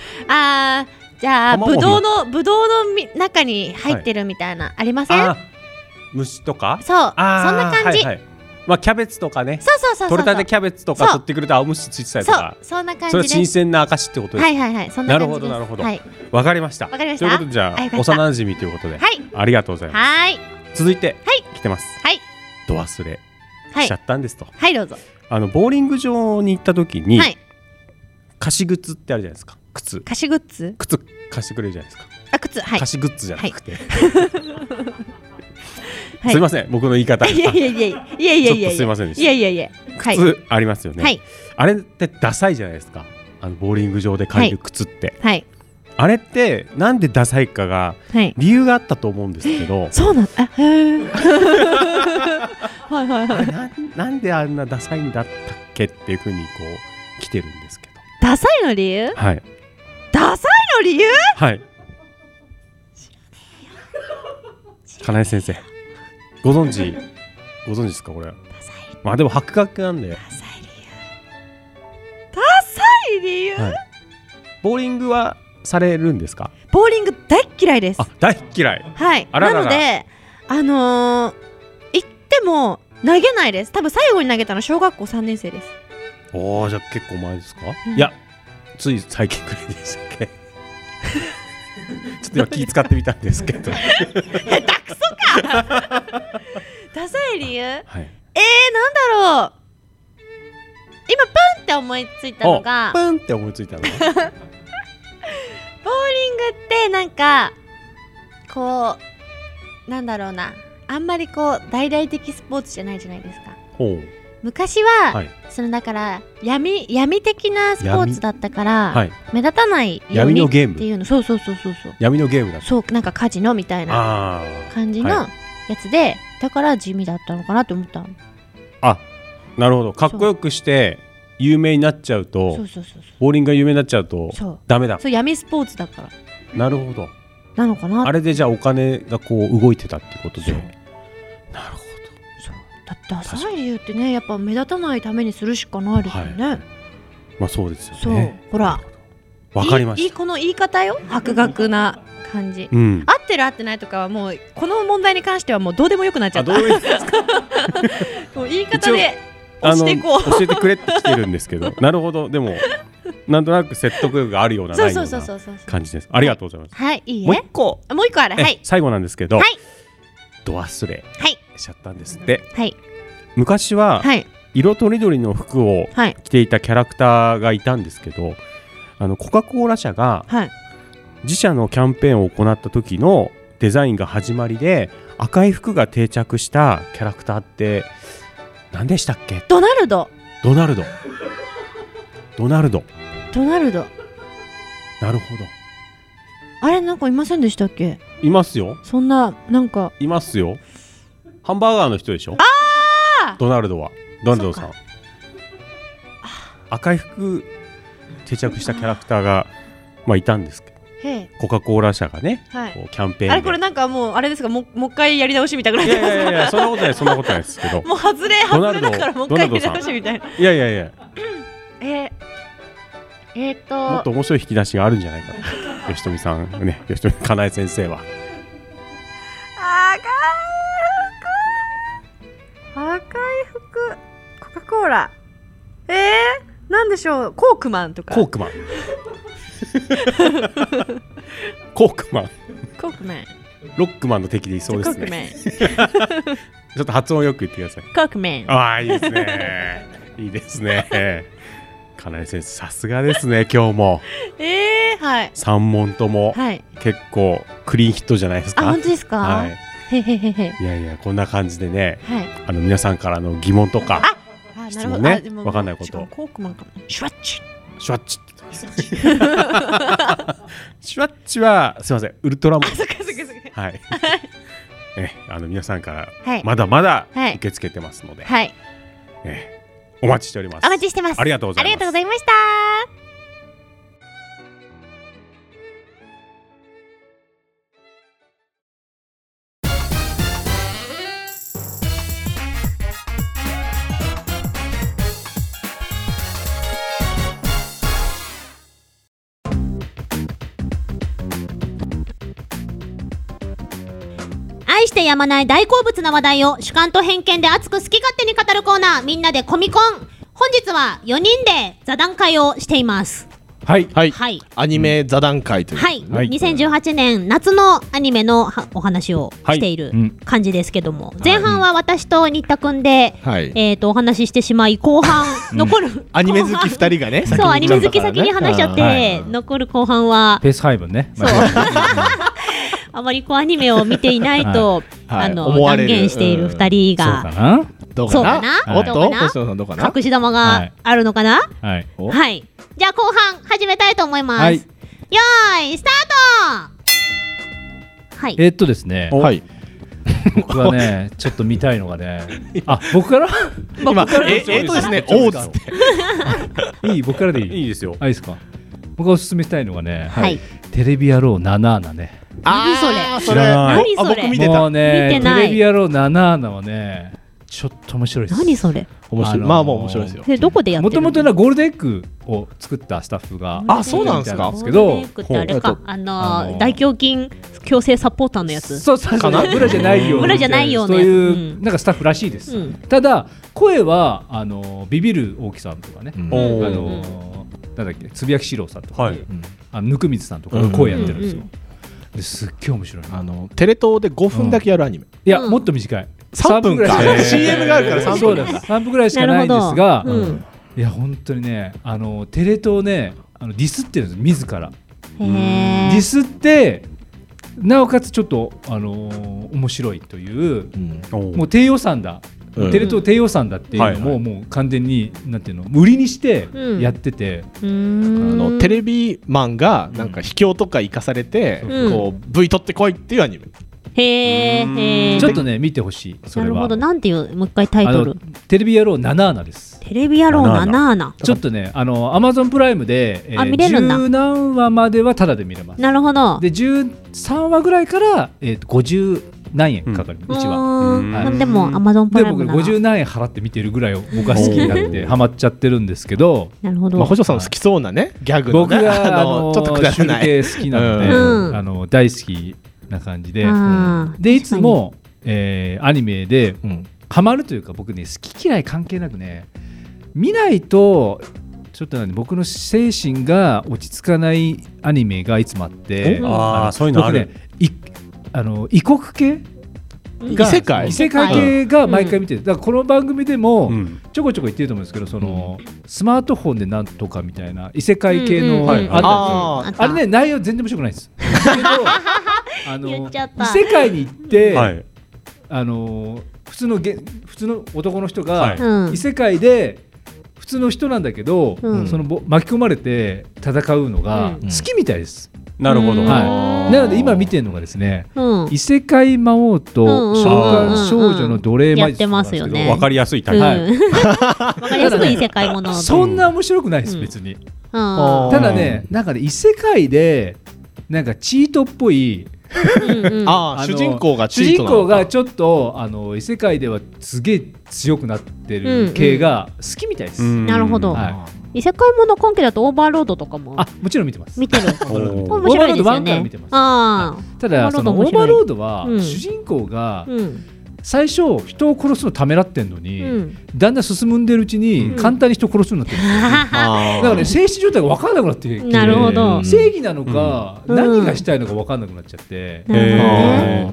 Speaker 1: あーじゃあ
Speaker 3: 卵
Speaker 1: ぶ
Speaker 3: の
Speaker 1: どうのぶどうのみ中に入ってるみたいな、ありません
Speaker 3: あ虫とか
Speaker 1: そうそんな
Speaker 3: あー
Speaker 1: 感じ、
Speaker 3: はいはいまあキャベツとかね
Speaker 1: そうそうそうそう
Speaker 3: 取れたてキャベツと
Speaker 1: そ
Speaker 3: か
Speaker 1: う
Speaker 3: 取ってくれた青虫ついてたりとか
Speaker 1: そうそんな感
Speaker 3: そ
Speaker 1: じで
Speaker 3: れは
Speaker 1: す
Speaker 3: 新鮮な証ってことです
Speaker 1: は
Speaker 3: わ、
Speaker 1: いはいはいそんな感じです
Speaker 3: なるほどなるほど
Speaker 1: はい
Speaker 3: かりました
Speaker 1: わかりました
Speaker 3: ということでじゃ
Speaker 1: あ
Speaker 3: あ
Speaker 1: よかった
Speaker 3: 幼馴染みということで、
Speaker 1: はい
Speaker 3: ありがとうございます
Speaker 1: はーい
Speaker 3: 続いて、
Speaker 1: はい
Speaker 3: 来てます
Speaker 1: はい
Speaker 3: ド忘れ
Speaker 1: はい
Speaker 3: しちゃったんですと、
Speaker 1: はいどうぞ
Speaker 3: あのボーリング場に行った時に、
Speaker 1: はい
Speaker 3: 貸し靴ってあるじゃないですか靴
Speaker 1: 菓子グッズ
Speaker 3: 靴貸してくれるじゃないですか、
Speaker 1: あ靴はい
Speaker 3: 貸しグッズじゃなく て、
Speaker 1: はい
Speaker 3: すいません僕の言い方
Speaker 1: いやいやいやいやいやいや
Speaker 3: ちょっとすいませんでした
Speaker 1: いやいやいやはい
Speaker 3: 靴ありますよね、
Speaker 1: はい
Speaker 3: あれってダサいじゃないですかあのボーリング場で借りる靴って、
Speaker 1: はい
Speaker 3: あれってなんでダサいかが
Speaker 1: はい
Speaker 3: 理由があったと思うんですけど
Speaker 1: そうなんあへー はいはいはい
Speaker 3: な なんであんなダサいんだったっけっていうふうにこう来てるんですけど
Speaker 1: ダサいの理由
Speaker 3: はい
Speaker 1: ダサいの理由
Speaker 3: はい金井先生ご存知ご存知ですかこれまあでも博学なんで
Speaker 1: ダサい理由ダサい理由、
Speaker 3: はいボーリングはされるんですか
Speaker 1: ボーリング大っ嫌いです
Speaker 3: あ大っ嫌い
Speaker 1: はい
Speaker 3: あららら
Speaker 1: なのであのー、行っても投げないです多分最後に投げたの小学校3年生です
Speaker 3: おおじゃあ結構前ですか、
Speaker 1: うん
Speaker 3: いやつい最近くらいでしたっけ ちょっと今気使ってみたんですけどは
Speaker 1: ダサい理由えー、なん
Speaker 3: い
Speaker 1: だろう今プンって思いついたのが
Speaker 3: プンって思いつい たの
Speaker 1: ボーリングってなんかこうなんだろうなあんまりこう大々的スポーツじゃないじゃないですか
Speaker 3: ほう
Speaker 1: 昔は、
Speaker 3: はい
Speaker 1: そのだから闇闇的なスポーツだったから、
Speaker 3: はい
Speaker 1: 目立たないよう
Speaker 3: 闇
Speaker 1: に
Speaker 3: のゲーム
Speaker 1: っていうのそうそうそうそうそう
Speaker 3: 闇のゲームだと
Speaker 1: そうなんかカジノみたいな
Speaker 3: あ
Speaker 1: 感じの
Speaker 3: は
Speaker 1: やつで、だから地味だったのかなと思ったの
Speaker 3: あなるほどかっこよくして有名になっちゃう
Speaker 1: そ
Speaker 3: と
Speaker 1: うそうそう
Speaker 3: ボーリングが有名になっちゃう
Speaker 1: そ
Speaker 3: と
Speaker 1: うそう
Speaker 3: ダメだ
Speaker 1: そう闇スポーツだから
Speaker 3: なるほど
Speaker 1: なのかな
Speaker 3: あれでじゃあお金がこう動いてたってことで
Speaker 1: そう
Speaker 3: なるほ
Speaker 1: そうだダサい理由ってねやっぱ目立たないためにするしかないですよね、
Speaker 3: はいどまあそうです
Speaker 1: そ
Speaker 3: よ
Speaker 1: う、
Speaker 3: ね
Speaker 1: ほら
Speaker 3: わかりま
Speaker 1: いい
Speaker 3: し
Speaker 1: いいこの言い方よ博学な感じ
Speaker 3: たうん
Speaker 1: 合ってる合ってないとかはもうこの問題に関してはもうどうでもよくなっちゃ
Speaker 3: あ
Speaker 1: っ
Speaker 3: ど
Speaker 1: た
Speaker 3: ういう
Speaker 1: もう言い方で
Speaker 3: あ
Speaker 1: 押
Speaker 3: の
Speaker 1: していこう
Speaker 3: 教えてくれって来てるんで すけどなるほどでもなんとなく説得力があるような
Speaker 1: そ
Speaker 3: な
Speaker 1: う
Speaker 3: いよ
Speaker 1: そううそうそ
Speaker 3: な
Speaker 1: うそうそう
Speaker 3: 感じですありがとうございます、
Speaker 1: はいいい
Speaker 3: もう一
Speaker 1: え
Speaker 3: 個、
Speaker 1: もう一個あるは
Speaker 3: え
Speaker 1: い
Speaker 3: 最後なんですけど、
Speaker 1: はい
Speaker 3: ド忘れ
Speaker 1: はい
Speaker 3: しちゃったんですって
Speaker 1: はい
Speaker 3: 昔は
Speaker 1: はい
Speaker 3: 色とりどりの服を
Speaker 1: はい
Speaker 3: 着ていたキャラクターがいたんですけどあのコカ・コーラ社が
Speaker 1: はい
Speaker 3: 自社のキャンペーンを行った時のデザインが始まりで赤い服が定着したキャラクターって何でしたっけ
Speaker 1: ドナルド
Speaker 3: ドナルドドナルド
Speaker 1: ドナルド
Speaker 3: なるほど
Speaker 4: あれなんかいませんでしたっけ
Speaker 3: いますよ
Speaker 4: そんななんか
Speaker 3: いますよハンバーガーの人でしょ
Speaker 4: あ
Speaker 3: ドナルドはドナルドさん赤い服定着したキャラクターがまあいたんですけど
Speaker 4: へえ
Speaker 3: コカ・コーラ社がね、
Speaker 4: はい
Speaker 3: こうキャンペーンで
Speaker 4: あれこれなんかもうあれですかもうもう一回やり直しみたいない
Speaker 3: やいやいやいやそんなことないそんなことないですけど
Speaker 4: もう外れ
Speaker 3: ド
Speaker 4: 外
Speaker 3: ナ
Speaker 4: れ
Speaker 3: ルド
Speaker 4: だからもう一回やり
Speaker 3: ド
Speaker 4: 直
Speaker 3: ナルドさ
Speaker 4: し
Speaker 3: ん
Speaker 4: みたいない
Speaker 3: やいやいや
Speaker 4: えー、えー、っと
Speaker 3: もっと面白い引き出しがあるんじゃないかな吉富さんね吉富かなえ先生は
Speaker 1: 赤い服赤い服コカ・コーラ
Speaker 4: えー、なんでしょうコークマンとか
Speaker 3: コ ークマンコークマン
Speaker 4: コークマン
Speaker 3: ロックマンの敵でいそう
Speaker 4: コ
Speaker 3: で
Speaker 4: ー
Speaker 3: す
Speaker 4: クマ
Speaker 3: ね
Speaker 4: ン
Speaker 3: ちょっと発音よく言ってください
Speaker 4: コークマン
Speaker 3: ああいいですねいいですねかなえ先生さすがですね今日も
Speaker 4: えー、はい
Speaker 3: 3問とも
Speaker 4: はい
Speaker 3: 結構クリーンヒットじゃないです
Speaker 4: あ
Speaker 3: か
Speaker 4: 本当ですか、
Speaker 3: はい、
Speaker 4: へへへへ
Speaker 3: いやいやこんな感じでね
Speaker 4: はい
Speaker 3: あの皆さんからの疑問とか
Speaker 4: あ
Speaker 3: 質問ね
Speaker 4: あでも
Speaker 3: わかんないこと
Speaker 4: 違うコークマンかもシュワッチ
Speaker 3: シュワッチシュワッチはすいませんウルトラマン
Speaker 4: そっかそっかそっか
Speaker 3: はい。 え、あの皆さんから
Speaker 4: はい
Speaker 3: まだまだ
Speaker 4: はい
Speaker 3: 受け付けてますので、
Speaker 4: はい
Speaker 3: えお待ちしております。
Speaker 1: お待ちしてます
Speaker 3: ありがとうござ
Speaker 1: あ
Speaker 3: います。
Speaker 1: りがとうございました
Speaker 4: 愛してやまない大好物な話題を主観と偏見で熱く好き勝手に語るコーナーみんなでコミコン本日は4人で座談会をしています
Speaker 7: はい、はい、
Speaker 4: はい
Speaker 7: アニメ座談会という、
Speaker 4: はい、
Speaker 8: はい
Speaker 4: 2018年夏のアニメのはお話をしている
Speaker 8: はいうん
Speaker 4: 感じですけども、前半は私と新田くんで、
Speaker 7: はい
Speaker 4: えー、とお話ししてしまい後半残る、
Speaker 7: アニメ好き
Speaker 4: 人
Speaker 7: 二人がね先に行っちゃった
Speaker 4: そ
Speaker 7: か
Speaker 4: う
Speaker 7: らね
Speaker 4: アニメ好き先に話しちゃって、
Speaker 8: うんはい
Speaker 4: 残る後半は
Speaker 8: ペース配分ね。
Speaker 4: そう あまりこうアニメを見ていないと、
Speaker 7: はい
Speaker 4: あの
Speaker 7: 思われ
Speaker 4: 断
Speaker 7: る
Speaker 4: 言している二人
Speaker 8: そうか
Speaker 4: が、
Speaker 8: な。
Speaker 7: どう
Speaker 4: そ
Speaker 7: かな
Speaker 4: うかな
Speaker 7: おっ
Speaker 4: どう
Speaker 7: と
Speaker 4: かな
Speaker 7: 星野さんどうかな
Speaker 4: 隠し玉があるのかな、
Speaker 8: はい。お
Speaker 4: はい。じゃあ後半始めたいと思います。
Speaker 8: は
Speaker 4: よ
Speaker 8: い
Speaker 4: ーい、スタートはい。
Speaker 8: えーっとですね。
Speaker 7: はい
Speaker 8: 僕はね、ちょっと見たいのがね。あ、僕から。
Speaker 7: 今ええっとですねおうっつって
Speaker 8: いい、僕からでいい。
Speaker 3: いいですよ。
Speaker 8: あ、いいですか。僕がおすすめしたいのがね。
Speaker 4: はい
Speaker 8: テレビ野郎7なね。
Speaker 7: あー
Speaker 3: 知らな
Speaker 4: 何
Speaker 3: い
Speaker 4: それ
Speaker 7: あ僕見てた
Speaker 8: もうね、
Speaker 4: 見て
Speaker 8: テ
Speaker 4: ない
Speaker 8: レビ野郎7はね、ちょっと面白いです。
Speaker 4: 何それ
Speaker 7: 面白い、
Speaker 8: あのー
Speaker 7: まあもう面白いですよ
Speaker 4: でどこでやって
Speaker 8: も
Speaker 4: る
Speaker 8: と
Speaker 4: の
Speaker 8: もとなゴールデンエッグを作ったスタッフが
Speaker 7: あそうなんですか
Speaker 8: です
Speaker 4: ゴ
Speaker 8: け
Speaker 4: ールデ
Speaker 8: ど
Speaker 4: ンウィークってあれ
Speaker 7: ほ
Speaker 4: か
Speaker 7: う、
Speaker 4: あ
Speaker 8: あ
Speaker 4: の
Speaker 8: の
Speaker 4: ー
Speaker 8: ー
Speaker 4: 大胸筋強制サポーターのやつ。
Speaker 8: そうそうそう
Speaker 7: かな
Speaker 8: ブラじゃないよ
Speaker 4: ブラじゃないような
Speaker 8: そう
Speaker 4: やつ
Speaker 8: いううんなんかスタッフらしいです、
Speaker 4: うん
Speaker 8: ただ声はあのビビる大木さんとかね、
Speaker 7: うん
Speaker 8: あ
Speaker 3: おー
Speaker 8: のなんだっけつぶやきしろうさんとか、
Speaker 3: はい。
Speaker 8: あの温水さんとかが声やってるんですよ、ですっげえ面白いな
Speaker 7: あのテレ東で5分だけやるアニメ、
Speaker 8: いや、
Speaker 4: うん
Speaker 8: もっと短い
Speaker 7: 3分か
Speaker 8: 三ぐ らい
Speaker 7: CM があるから3分
Speaker 8: そうなんです3分ぐらいしかないんです
Speaker 4: な
Speaker 8: が、
Speaker 4: るほどうん
Speaker 8: いや本当にねあのテレ東ねあのディスってるんです自ら
Speaker 4: へ
Speaker 8: ディ
Speaker 4: ー
Speaker 8: スってなおかつちょっと、あのー面白いという
Speaker 7: うん
Speaker 3: お
Speaker 8: もう低予算だ、
Speaker 7: うん
Speaker 8: テレ東低予算だっていうの
Speaker 3: はいは
Speaker 8: ももう完全になんていうの売りにして
Speaker 4: うん
Speaker 8: やってて、
Speaker 4: うー
Speaker 7: あ
Speaker 4: ん
Speaker 7: のテレビマンがなんか秘境とか行かされて、
Speaker 4: うん
Speaker 7: こう V 取ってこいっていうアニメ、
Speaker 4: へーへー
Speaker 8: ちょっとね見てほしいそ
Speaker 4: な
Speaker 8: れ
Speaker 4: るほ
Speaker 8: は
Speaker 4: ど、なんていう、もう一回タイ
Speaker 8: あ
Speaker 4: ト
Speaker 8: の
Speaker 4: ル。
Speaker 8: テレビ野郎ナナーナです
Speaker 4: テレビ野郎な
Speaker 3: ナナ
Speaker 4: なーな。
Speaker 8: ちょっとねあのアマゾンプライムで、え
Speaker 4: あ見れるんだ
Speaker 8: 10何話まではタダで見れます
Speaker 4: なるほど。
Speaker 8: で13話ぐらいから、えー、と50何円かかる、うちは。
Speaker 4: うーん
Speaker 3: はい
Speaker 4: まあでも、アマゾンプ
Speaker 8: で
Speaker 4: ライム
Speaker 8: 僕
Speaker 4: なら。
Speaker 8: 50何円払って見てるぐらいを僕は好きになってハマっちゃってるんですけど
Speaker 4: なるほど。
Speaker 7: まあ、星野さんの好きそうなねギャグの
Speaker 8: 僕
Speaker 7: ね
Speaker 8: があ
Speaker 7: あの
Speaker 8: の
Speaker 7: ちょっとくだらない
Speaker 8: 手好きなので、
Speaker 4: うん
Speaker 8: あの大好きな感じで、
Speaker 4: あー
Speaker 8: でいつも、えーアニメで
Speaker 7: うん
Speaker 8: ハマるというか僕ね好き嫌い関係なくね見ないとちょっとなんで僕の精神が落ち着かないアニメがいつもあって
Speaker 4: お
Speaker 3: あー
Speaker 8: の
Speaker 3: そういうのある
Speaker 8: 僕ねいあの異国系が
Speaker 7: 異世界
Speaker 8: 異世界系が毎回見てる、だからこの番組でも、
Speaker 3: うん。
Speaker 8: ちょこちょこ言ってると思うんですけどその、スマートフォンでなんとかみたいな異世界系
Speaker 4: うんうんう
Speaker 8: の、
Speaker 4: ん
Speaker 8: あったんですよ
Speaker 7: あ
Speaker 4: あった
Speaker 8: あれね内容全然面白くな いです。けどあの
Speaker 4: 言っちゃった
Speaker 8: 異世界に行って、
Speaker 3: はい。
Speaker 8: あの普通のげ普通の男の人が、
Speaker 3: はい
Speaker 4: うん
Speaker 8: 異世界で普普通の人なんだけど、
Speaker 4: うん
Speaker 8: そのぼ巻き込まれて戦うのが
Speaker 4: うん
Speaker 8: 好きみたいです、
Speaker 3: なるほど。
Speaker 4: うん
Speaker 8: はい、なので今見てるのがですね
Speaker 4: うん
Speaker 8: 異世界魔王
Speaker 4: うんうん
Speaker 8: と召喚少女の奴隷魔
Speaker 4: やって
Speaker 8: 術
Speaker 4: ま
Speaker 8: なん
Speaker 4: す
Speaker 8: です
Speaker 4: よ
Speaker 8: けど、
Speaker 4: ね
Speaker 3: わかりやすいタイ
Speaker 4: うん
Speaker 3: プ。
Speaker 8: はい
Speaker 4: わかりやすく異世界もの。
Speaker 8: そんな面白くないです、別に。
Speaker 4: うん
Speaker 8: ただね、なんかね、異世界で、なんかチートっぽい、
Speaker 4: うんうん
Speaker 7: ああ
Speaker 8: あ
Speaker 7: 主
Speaker 8: の
Speaker 7: 人公がチ
Speaker 8: 主
Speaker 7: ー
Speaker 8: 人
Speaker 7: トなの
Speaker 8: 公
Speaker 7: か
Speaker 8: がちょっとあの異世界ではすげえ強くなってる系が好きみたいです。
Speaker 3: うん
Speaker 4: なるほど
Speaker 8: はい
Speaker 4: 異世界もの関係だとオーバーロードとかも
Speaker 8: あもちろん見てます。
Speaker 4: 見て る。
Speaker 3: おー
Speaker 4: 面白いです
Speaker 8: オーバーロードワ
Speaker 4: よ
Speaker 8: ンから見
Speaker 4: ね
Speaker 8: てま。す
Speaker 4: あ
Speaker 8: た
Speaker 4: オーバーロー
Speaker 8: だ、
Speaker 4: ド
Speaker 8: その
Speaker 4: 面
Speaker 8: オー
Speaker 4: 白い
Speaker 8: バーロードは、
Speaker 4: うん
Speaker 8: 主人公が
Speaker 4: あ。うん。
Speaker 8: 最初、人を殺すのためらってんの
Speaker 4: う
Speaker 8: に、
Speaker 4: ん。
Speaker 8: だんだん進んでるうちに、
Speaker 4: うん
Speaker 8: 簡単に人殺すようになってるんですよね。
Speaker 7: あ
Speaker 8: だ
Speaker 7: ー
Speaker 8: からね、精神状態が分からなくなってきて
Speaker 4: なるほど
Speaker 7: うん
Speaker 8: 正義なのか、
Speaker 4: うん
Speaker 8: 何がしたいのか分からなくなっちゃって、
Speaker 4: なるほどね。
Speaker 7: あ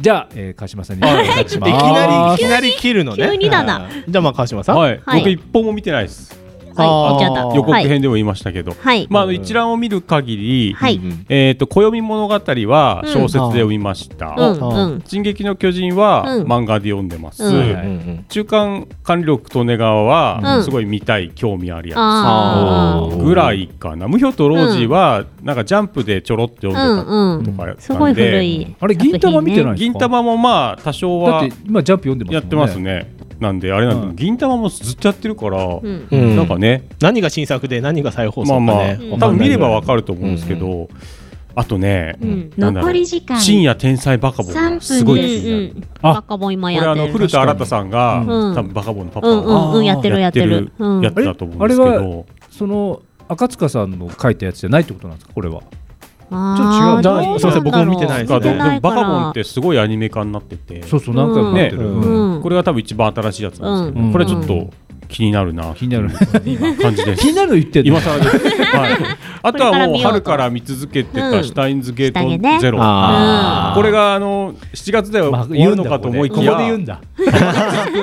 Speaker 7: ー
Speaker 8: じゃあ、えー、鹿島さんにお
Speaker 7: はい
Speaker 8: 願いいたし
Speaker 7: いき
Speaker 8: ます
Speaker 7: なりいきなり切るのね
Speaker 4: 急にだな
Speaker 7: はいじゃあまあ川島さん
Speaker 3: はい、
Speaker 4: はい
Speaker 3: 僕一本も見てないです。
Speaker 4: はい、
Speaker 7: あー
Speaker 4: 言っちゃった。
Speaker 3: 予告
Speaker 4: はい。
Speaker 3: 編でも言いましたけど、
Speaker 4: はい。
Speaker 3: まああの一覧を見る限り、
Speaker 4: はい
Speaker 7: うん
Speaker 3: えっ、と暦物語は小説で読みました。
Speaker 4: うん
Speaker 7: あ
Speaker 4: うん。
Speaker 3: 進撃の巨人は
Speaker 4: うん
Speaker 3: 漫画で読んでます。
Speaker 4: うん
Speaker 7: うんうん
Speaker 3: 中間管理力利根川
Speaker 4: う
Speaker 3: は
Speaker 4: ん
Speaker 3: すごい見たい、興味あるやつ。
Speaker 4: あ
Speaker 7: あー
Speaker 3: ぐらいかな無表と老ジはなんかジャンプでちょろって読
Speaker 4: あ。うん
Speaker 3: で
Speaker 4: んうん。
Speaker 3: たとかやっ
Speaker 4: す
Speaker 3: た
Speaker 4: ごい
Speaker 3: んで、
Speaker 4: 古い。
Speaker 8: あれ、銀玉見てないん
Speaker 4: い。
Speaker 8: です
Speaker 3: 銀
Speaker 8: か
Speaker 3: 玉もまあ多少
Speaker 8: だ
Speaker 3: は
Speaker 8: って今、ジャンプ読んでますもんね。
Speaker 3: やってますねなんであれなんで、
Speaker 8: うん
Speaker 3: 銀玉もずっとやってるから、
Speaker 4: うん。
Speaker 7: うん
Speaker 3: なんかね
Speaker 7: 何が新作で何が再放送
Speaker 3: まあ
Speaker 7: か
Speaker 3: まあ、
Speaker 7: ね
Speaker 4: ん
Speaker 7: わかんない
Speaker 3: 多分見ればわかると思うんですけど、あとね、
Speaker 4: うん
Speaker 3: なんだろう
Speaker 2: 残り時間
Speaker 3: 深夜天才バカボンすごい気になる、
Speaker 4: うんうん
Speaker 8: あ
Speaker 4: バカも今
Speaker 3: これ
Speaker 4: や
Speaker 3: あ
Speaker 4: って
Speaker 3: の
Speaker 4: る。
Speaker 3: 古田新太さんが、
Speaker 4: うん
Speaker 3: 多分バカボンのパパ
Speaker 4: うんう
Speaker 3: が
Speaker 4: んうんやってるや
Speaker 3: や
Speaker 4: っ
Speaker 3: ってて
Speaker 4: る
Speaker 3: る。
Speaker 4: うん
Speaker 3: やってたと思うんですけ
Speaker 8: あれあれ
Speaker 3: ど、
Speaker 8: その赤塚さんの書いたやつじゃないってことなんですか、これは。
Speaker 4: あー
Speaker 8: ちょっと違う
Speaker 4: ど
Speaker 8: だ
Speaker 4: う
Speaker 8: すいません
Speaker 4: なんだろう
Speaker 7: 僕も見てないです
Speaker 3: なんかどう
Speaker 4: 見てな
Speaker 3: でも
Speaker 4: いか
Speaker 3: バ
Speaker 4: ら
Speaker 3: カボンってすごいアニメ化になってて、
Speaker 8: そうそう、なんかなってる。
Speaker 7: うん
Speaker 8: うん
Speaker 4: うん
Speaker 3: これが多分一番新しいやつなんですけど、
Speaker 8: うん
Speaker 3: これちょっと気になるな、
Speaker 8: 気にな る。
Speaker 3: 今感じです
Speaker 8: 気になるの言ってんの
Speaker 3: 今更 です、はい、あとはもう春から見続け
Speaker 4: う
Speaker 3: てた
Speaker 4: ん
Speaker 3: シュタインズゲー
Speaker 4: 下着ね
Speaker 3: トゼロ、
Speaker 7: あー
Speaker 3: これがあの7月で
Speaker 8: まあ
Speaker 3: は終わるのかと思いきや、
Speaker 8: ここで言うんだ。
Speaker 3: 続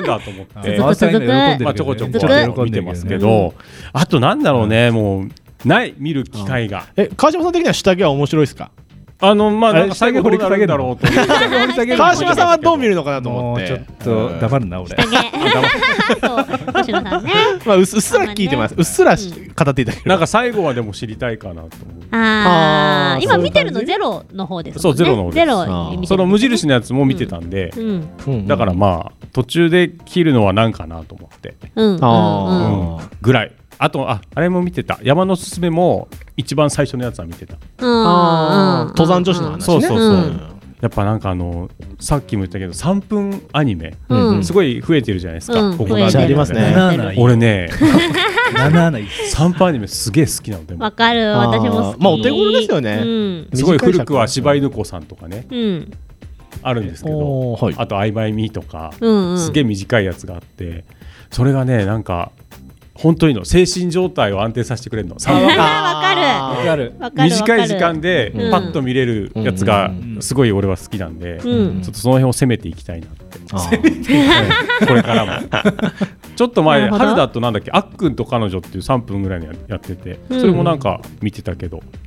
Speaker 3: くんだと思って、
Speaker 4: 続く続く
Speaker 3: まあ、ちょこちょ
Speaker 4: 続く
Speaker 3: こ見てますけど、あとなんだろうね、もうない見る機会が、
Speaker 7: え川島さん的には下着は面白いですか
Speaker 3: あのまあなんか
Speaker 8: 下
Speaker 3: 最
Speaker 8: 着
Speaker 3: 後掘
Speaker 8: 掘り
Speaker 3: り
Speaker 8: 下
Speaker 3: 下げる
Speaker 8: げるだ
Speaker 3: だ
Speaker 8: ろ
Speaker 3: ろ
Speaker 8: う
Speaker 3: うと
Speaker 7: 川島さんはどう見るのかなと思
Speaker 8: も
Speaker 7: っ
Speaker 8: う
Speaker 7: て
Speaker 8: ちょっと黙るな、 俺。
Speaker 4: 下着。 そう、吉野さんね。
Speaker 7: まあうっすうっすら聞いてますうっすらし語っていただける
Speaker 3: なんか最後はでも知りたいかなと思う。
Speaker 4: あ
Speaker 7: あ
Speaker 4: あ。
Speaker 7: ー
Speaker 4: 今見てるのゼロの方ですもんね。
Speaker 3: そうゼロの方で
Speaker 4: ゼ
Speaker 3: す
Speaker 4: ロ見てる。
Speaker 3: その無印のやつも見てたんで、
Speaker 4: うん。
Speaker 3: だからまあ途中で切るのはなんかなと思って、
Speaker 4: うん。うん。
Speaker 7: あ
Speaker 4: うん
Speaker 7: ー
Speaker 3: ぐらいあとああれも見てた山のすすめも一番最初のやつは見てた
Speaker 4: うん。うん
Speaker 7: 登山女子の話ね
Speaker 3: そうそう
Speaker 4: そううん
Speaker 3: やっぱなんかあのさっきも言ったけど3分アニメ、
Speaker 4: うん
Speaker 3: すごい増えてるじゃないですか、
Speaker 4: うん
Speaker 3: ここ
Speaker 4: 増えてるめっ
Speaker 3: が
Speaker 4: ちゃあります
Speaker 7: ね
Speaker 8: 77いい。
Speaker 3: 俺ね
Speaker 8: 77いい。
Speaker 3: 3分アニメすげえ好きなのでも
Speaker 4: わかる。
Speaker 7: あー
Speaker 4: 私も好き。
Speaker 7: まあお手頃ですよね
Speaker 4: うん。
Speaker 3: すごい古くは柴犬子さんとかね
Speaker 4: うん。
Speaker 3: あるんですけど
Speaker 7: おーはい
Speaker 3: あと「アイマイミー」とか、
Speaker 4: うんうん。
Speaker 3: すげえ短いやつがあってそれがねなんか本当にの精神状態を安定させてくれるの3分
Speaker 4: あ
Speaker 8: わかる。
Speaker 4: わかるわか
Speaker 3: 短
Speaker 4: る
Speaker 3: い時間で
Speaker 4: うん
Speaker 3: パッと見れるやつ
Speaker 7: う
Speaker 3: が
Speaker 7: ん
Speaker 3: すごい俺は好きなんで、
Speaker 4: う
Speaker 3: ち
Speaker 4: ん
Speaker 3: ょっとその辺を攻めていきたいなって
Speaker 7: あー
Speaker 3: これからもちょっと
Speaker 4: な
Speaker 3: 前
Speaker 4: るほど
Speaker 3: 春だとなんだっけあっくんと彼女っていう3分ぐらいのややっててそれもなんか見てたけど、うん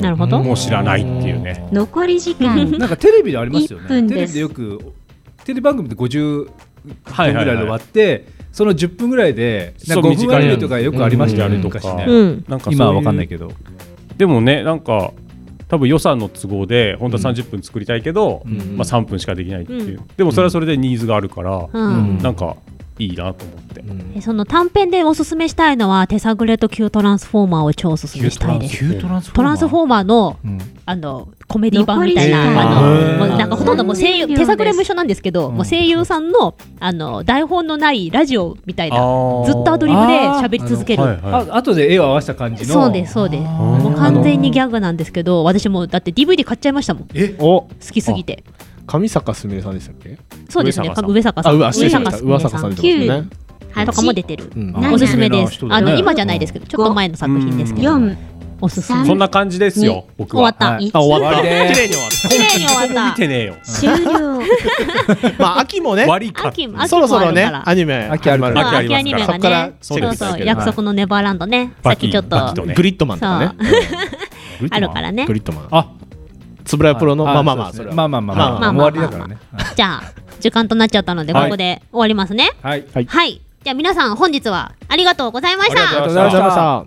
Speaker 4: なるほど
Speaker 3: もう知らないっていうね
Speaker 2: 残り時間
Speaker 8: なんかテレビでありますよ
Speaker 2: 1
Speaker 8: ね。
Speaker 2: 分
Speaker 8: テレ
Speaker 2: で
Speaker 8: ビ
Speaker 2: す
Speaker 8: でよくテレビ番組で50
Speaker 3: は
Speaker 8: 分ぐらいで終わって、その10分ぐらいでなんか
Speaker 3: そう
Speaker 8: 5分割りとか
Speaker 3: 短
Speaker 8: よくありましたよね、
Speaker 3: うん
Speaker 8: 昔ね、
Speaker 3: う
Speaker 4: うん。
Speaker 3: なんか
Speaker 8: 今は分かんない
Speaker 3: ど
Speaker 8: けど
Speaker 3: でもねなんか多分予算の都合で本当は30分作りたいけど、
Speaker 8: うん
Speaker 3: まあ、3分しかできないっていう、
Speaker 4: う
Speaker 3: でもそれはそれでニーズがあるから、
Speaker 4: うん。
Speaker 3: なんかいいなと思って、
Speaker 4: えその短編でおすすめしたいのは手探れと旧トランスフォーマーを超おすすめしたいです。
Speaker 8: 旧トランスフォーマー
Speaker 4: トランスフォーマーの
Speaker 8: うん
Speaker 4: あのコメディ版みたい
Speaker 2: 残り時
Speaker 4: な、
Speaker 2: 間
Speaker 4: あの
Speaker 8: へー
Speaker 4: もうなんかほとんどもう声優
Speaker 2: 残り時間です
Speaker 4: 手探れも一緒なんですけど、
Speaker 8: うん
Speaker 4: もう声優さんのあの台本のないラジオみたい
Speaker 3: あ
Speaker 4: な
Speaker 3: ー
Speaker 4: ずっとアドリブで喋り続ける。
Speaker 3: はいはい
Speaker 8: あ後で絵を合わせた感じの
Speaker 4: そうですそうです。もう完全にギャグなんですけど、私もうだって DVD 買っちゃいましたもん。好
Speaker 7: お
Speaker 4: きすぎて。
Speaker 7: 上坂すみれさんでしたっけ
Speaker 4: そうですね。
Speaker 3: 上坂さ
Speaker 4: 上坂さ
Speaker 3: ん
Speaker 7: あ
Speaker 4: ん。
Speaker 7: うわ失礼しました上
Speaker 4: 上坂
Speaker 7: 坂さ
Speaker 4: さ
Speaker 7: ん
Speaker 4: ん
Speaker 7: 出てますね
Speaker 2: 8
Speaker 4: とかも出てる。
Speaker 7: うん
Speaker 2: あ
Speaker 4: おすすめで
Speaker 8: 有名な
Speaker 4: す
Speaker 8: 人。だ
Speaker 4: あ
Speaker 8: ね
Speaker 4: の今じゃないですけど、ちょっと前の作品ですけど、
Speaker 2: 4
Speaker 4: おすす
Speaker 2: う
Speaker 4: め
Speaker 2: ん。
Speaker 3: そんな感じですよ僕
Speaker 4: 終わ
Speaker 3: は
Speaker 4: った。
Speaker 8: はい
Speaker 2: 1
Speaker 7: あ終わっ
Speaker 8: 終わ
Speaker 7: た 綺
Speaker 8: りで
Speaker 4: 綺麗に終わっ
Speaker 3: 見てねえよ
Speaker 8: す
Speaker 7: 麗に終わっ
Speaker 2: 終了
Speaker 7: たまあ秋もね
Speaker 3: 悪悪い
Speaker 4: た。
Speaker 3: か
Speaker 4: 秋も、
Speaker 7: そ
Speaker 4: 秋
Speaker 7: ろそ
Speaker 4: もあ
Speaker 7: ろ
Speaker 4: るか
Speaker 7: ね
Speaker 4: ら。
Speaker 7: アニメ
Speaker 8: 秋あるから
Speaker 4: まあ
Speaker 3: 秋ありますから
Speaker 4: 秋アニメがね、
Speaker 7: そ
Speaker 4: そ
Speaker 7: っからチェッ
Speaker 4: う
Speaker 7: クして
Speaker 4: そう、
Speaker 7: あげる
Speaker 4: 約束のネバーランドね、さっ
Speaker 3: バキ
Speaker 4: きちょっ
Speaker 3: バキ
Speaker 4: と
Speaker 3: とね
Speaker 7: グリッドマンとかねうん
Speaker 4: あるからね
Speaker 7: グ。リッドマン
Speaker 8: あ
Speaker 7: つぶらやプロのまあまあまあ
Speaker 8: そう
Speaker 7: そ
Speaker 8: ですね
Speaker 7: れは
Speaker 8: まあまあまあ
Speaker 7: まあ
Speaker 4: まあ
Speaker 8: まあ終わりだからね
Speaker 4: じゃあ、時間となっちゃったので、こ
Speaker 3: はい
Speaker 4: こで終わりますね。
Speaker 8: はい
Speaker 4: はい、
Speaker 1: じゃあ皆さん本日はありがとうございまし
Speaker 7: あり
Speaker 1: た
Speaker 7: がとうございました。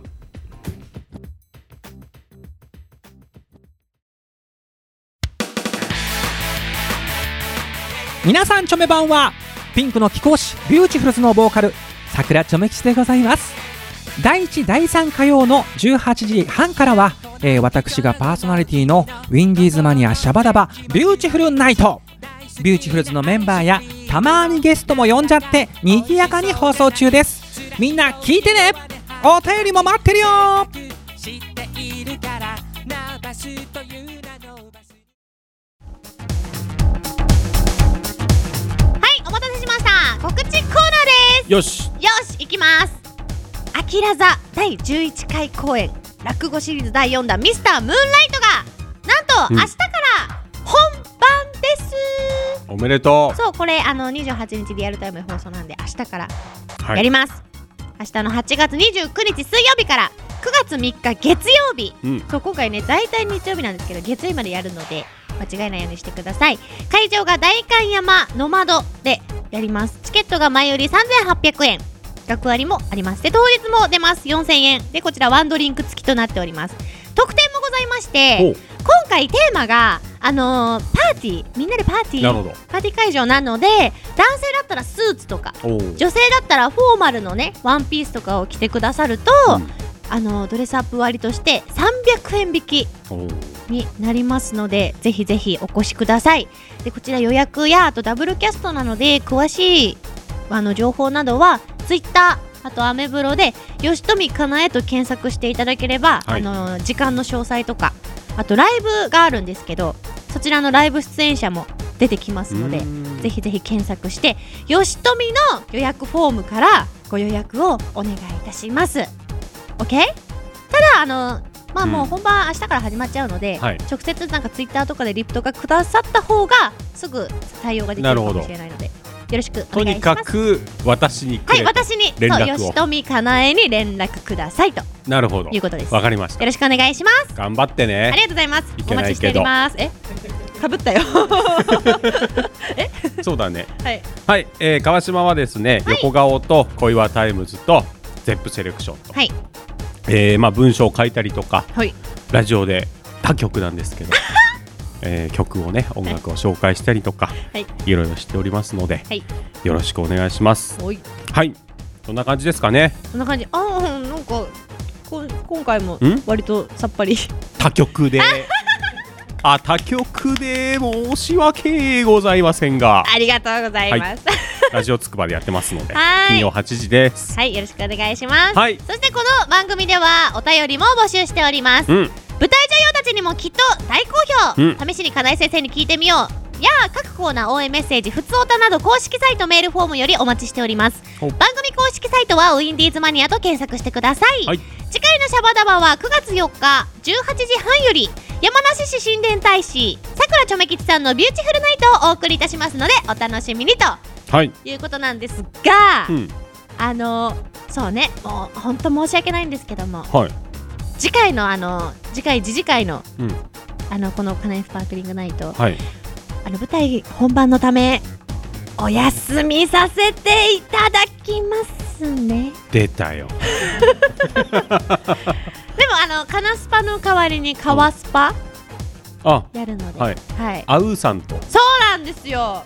Speaker 13: 皆さんチョメ版はピンクの貴公子ビューティフルズのボーカル桜チョメ吉でございます第1第3火曜の18時半からは、えー私がパーソナリティのウィンディーズマニアシャバダバビューティフルナイトビューティフルズのメンバーやたまーにゲストも呼んじゃってにぎやかに放送中ですみんな聞いてねお便りも待ってるよ
Speaker 2: はいお待たせしました告知コーナーで
Speaker 7: よし。
Speaker 2: すよし行きますアキラ座第11回公演落語シリーズ第4弾ミスタームーンライトがなんと
Speaker 3: うん
Speaker 2: 明日から本番です、
Speaker 3: おめでと
Speaker 2: そうこれあの28日リアルタイム放送なんで明日から
Speaker 3: う。は
Speaker 2: や
Speaker 3: い。
Speaker 2: ります、明日の8月29日水曜日から9月3日月曜日、
Speaker 3: うん
Speaker 2: そう今回ね大体日曜日なんですけど月曜日までやるので間違えないようにしてください会場が代官山ノマドでやりますチケットが前より3800円学割もありますで当日も出ます4000円でこちらワンドリンク付きとなっております特典もございまして
Speaker 3: おう
Speaker 2: 今回テーマがあのーパーティーみんなでパーティ
Speaker 3: なるほ
Speaker 2: ー
Speaker 3: ど。
Speaker 2: パーティー会場なので男性だったらスーツとか
Speaker 3: おう
Speaker 2: 女性だったらフォーマルのねワンピースとかを着てくださると、
Speaker 3: うん
Speaker 2: あのドレスアップ割として300円引き
Speaker 3: おう
Speaker 2: になりますのでぜひぜひお越しくださいでこちら予約やあとダブルキャストなので詳しいあの情報などはツイッターあとアメブロで吉富かなえと検索していただければ、
Speaker 3: はい
Speaker 2: あの時間の詳細とかあとライブがあるんですけどそちらのライブ出演者も出てきますので
Speaker 3: うん
Speaker 2: ぜひぜひ検索して、吉富の予約フォームからご予約をお願いいたします。OK? ただ、あの、まあ
Speaker 3: うん
Speaker 2: もう本番明日から始まっちゃうので、
Speaker 3: はい
Speaker 2: 直接なんかツイッターとかでリプとかくださった方がすぐ対応ができ
Speaker 3: な
Speaker 2: る
Speaker 3: る
Speaker 2: か
Speaker 3: ほど
Speaker 2: もしれないので、よろしくお
Speaker 3: と
Speaker 2: 願い
Speaker 3: に
Speaker 2: しま
Speaker 3: か
Speaker 2: す。
Speaker 3: く私にく
Speaker 2: は
Speaker 3: れ
Speaker 2: い、
Speaker 3: と。
Speaker 2: 私に、
Speaker 3: 連絡を
Speaker 2: そう、吉富かなえに連絡くださいと
Speaker 3: なるほど
Speaker 2: い。うことです。
Speaker 3: わ
Speaker 2: よ
Speaker 3: かりました。
Speaker 2: ろしくお願いします。
Speaker 3: 頑張って
Speaker 2: あり
Speaker 3: ね。
Speaker 2: がとうございます
Speaker 3: い。
Speaker 2: お
Speaker 3: けな
Speaker 2: 待
Speaker 3: い
Speaker 2: ちして
Speaker 3: け
Speaker 2: お
Speaker 3: ど
Speaker 2: ります。え、かぶったよ。
Speaker 3: そうだね。
Speaker 2: はい。
Speaker 3: はい、えー川島はですね、
Speaker 2: はい
Speaker 3: 横顔と小岩タイムズとゼップセレクションと、
Speaker 2: はい
Speaker 3: えーまあ文章を書いたりとか、
Speaker 2: はい
Speaker 3: ラジオで他曲なんです けど、えー曲をね音楽を紹介したりとか、
Speaker 2: はいい、
Speaker 3: ろいろしておりますので、
Speaker 2: はい
Speaker 3: よろしくお願いします。
Speaker 2: おい。
Speaker 3: はい、そんな感じですかね。
Speaker 2: そんな感じ。ああ、なんか、こ今回も
Speaker 3: ん
Speaker 2: 割とさっぱり。
Speaker 3: 他曲で。 あ、他曲で申し訳ございません が、
Speaker 2: ありがとうございます。はい、
Speaker 3: ラジオつくばでやってますので、
Speaker 2: はい
Speaker 3: 金曜8時 です。
Speaker 2: よろしくお願いします。
Speaker 3: はい、
Speaker 2: そしてこの番組ではお便りも募集しております。
Speaker 3: うん、
Speaker 2: 舞台女優たちにもきっと大好評、
Speaker 3: うん
Speaker 2: 試しに金井先生に聞いてみようやあ各コーナー応援メッセージ「ふつおた」など公式サイトメールフォームよりお待ちしております
Speaker 3: ほう
Speaker 2: 番組公式サイトは「ウィンディーズマニア」と検索してください、
Speaker 3: はい
Speaker 2: 次回の「シャバダバ」は9月4日18時半より山梨市神殿大使さくらちょめきちさんの「ビューティフルナイト」をお送りいたしますのでお楽しみにと
Speaker 3: はい、
Speaker 2: いうことなんですが、
Speaker 3: うん、
Speaker 2: あのそうねもう本当申し訳ないんですけども
Speaker 3: はい、
Speaker 2: 次回のあの次回次次回の、
Speaker 3: うん
Speaker 2: あのこのカナイスパークリングナイト
Speaker 3: はい。
Speaker 2: あの舞台本番のためお休みさせていただきますね
Speaker 3: 出たよ。
Speaker 2: でもあのカナスパの代わりにカワスパ
Speaker 3: あ、
Speaker 2: やるので、
Speaker 3: は
Speaker 2: はいい
Speaker 3: アウさんと
Speaker 2: そうなんですよ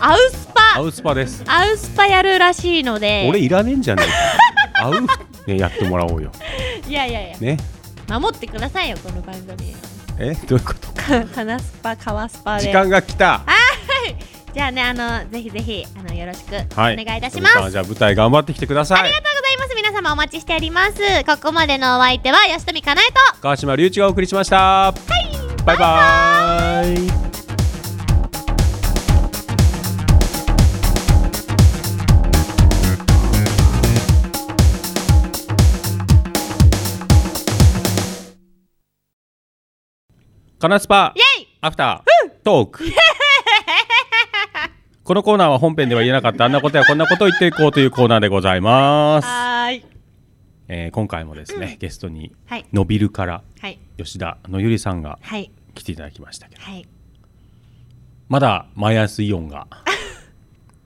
Speaker 2: アウス
Speaker 3: ア
Speaker 2: パ
Speaker 3: ウスパです。
Speaker 2: アウスパやるらしいので
Speaker 3: 俺いらねえんじゃねえか。ア ウねやってもらおうよ。
Speaker 2: いやいやいや
Speaker 3: ね。
Speaker 2: 守ってくださいよこの番 組
Speaker 3: えどういうこと？
Speaker 2: かカナスパカワスパで
Speaker 3: 時間が来た。
Speaker 2: じゃあねあのぜひぜひあのよろしくお
Speaker 3: は
Speaker 2: 願
Speaker 3: い。
Speaker 2: いいたします、
Speaker 3: 皆さんじゃあ舞台頑張ってきてください。
Speaker 2: ありがとうございます。皆様お待ちしております。ここまでのお相手は吉富かなえと。
Speaker 3: 川島隆一がお送りしました。はい。バイバイ。カナスパ
Speaker 2: イェイ
Speaker 3: アフタートー クこのコーナーは本編では言えなかったあんなことやこんなことを言っていこうというコーナーでございます、
Speaker 2: はーい。
Speaker 3: えー今回もですね、ゲストに
Speaker 2: はい
Speaker 3: のびるから
Speaker 2: はい。
Speaker 3: 吉田のゆりさんが
Speaker 2: はい。
Speaker 3: 来ていただきましたけど
Speaker 2: はい。
Speaker 3: ま だマイナスイオンが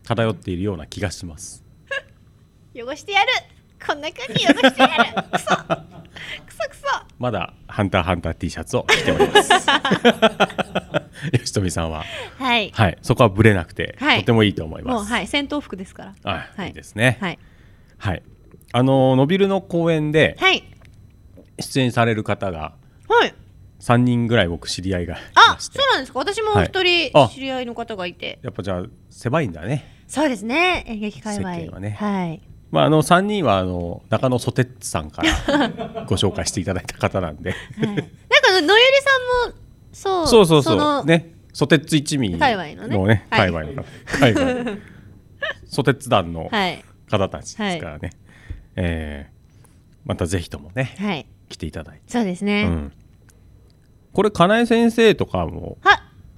Speaker 3: 漂っているような気がします
Speaker 2: 汚してやるこんな感じ汚してやるクソクソクソ
Speaker 3: まだハンターハンター T シャツを着ております 吉富さんは
Speaker 1: はい
Speaker 3: はいそこはブレなくて、
Speaker 1: はい
Speaker 3: とてもいいと思います
Speaker 1: もうはい戦闘服ですから
Speaker 3: あ
Speaker 1: はい
Speaker 3: いいですね
Speaker 1: はい
Speaker 3: はいあののびるの公演で
Speaker 1: はい
Speaker 3: 出演される方が
Speaker 1: はい
Speaker 3: 3人ぐらい僕知り合いが
Speaker 1: あそうなんですか私もお一人
Speaker 3: はいあ
Speaker 1: 知り合いの方がいて、
Speaker 3: やっぱじゃあ狭いんだね
Speaker 1: そうですね演劇界隈
Speaker 3: 世間はね
Speaker 1: はい
Speaker 3: まああの3人はあの中野ソテッツさんから ご紹介していただいた方なんで
Speaker 1: なんかのゆりさんもそう
Speaker 3: そうそうそう
Speaker 1: の
Speaker 3: ねソテッツ一味の
Speaker 1: 界隈のねはい
Speaker 3: 界隈の界隈のソテッツ団の
Speaker 1: はい
Speaker 3: 方たちですからね、えーまたぜひともね
Speaker 1: はい
Speaker 3: 来ていただいて、
Speaker 1: そうですね、
Speaker 3: うん、これかなえ先生とかも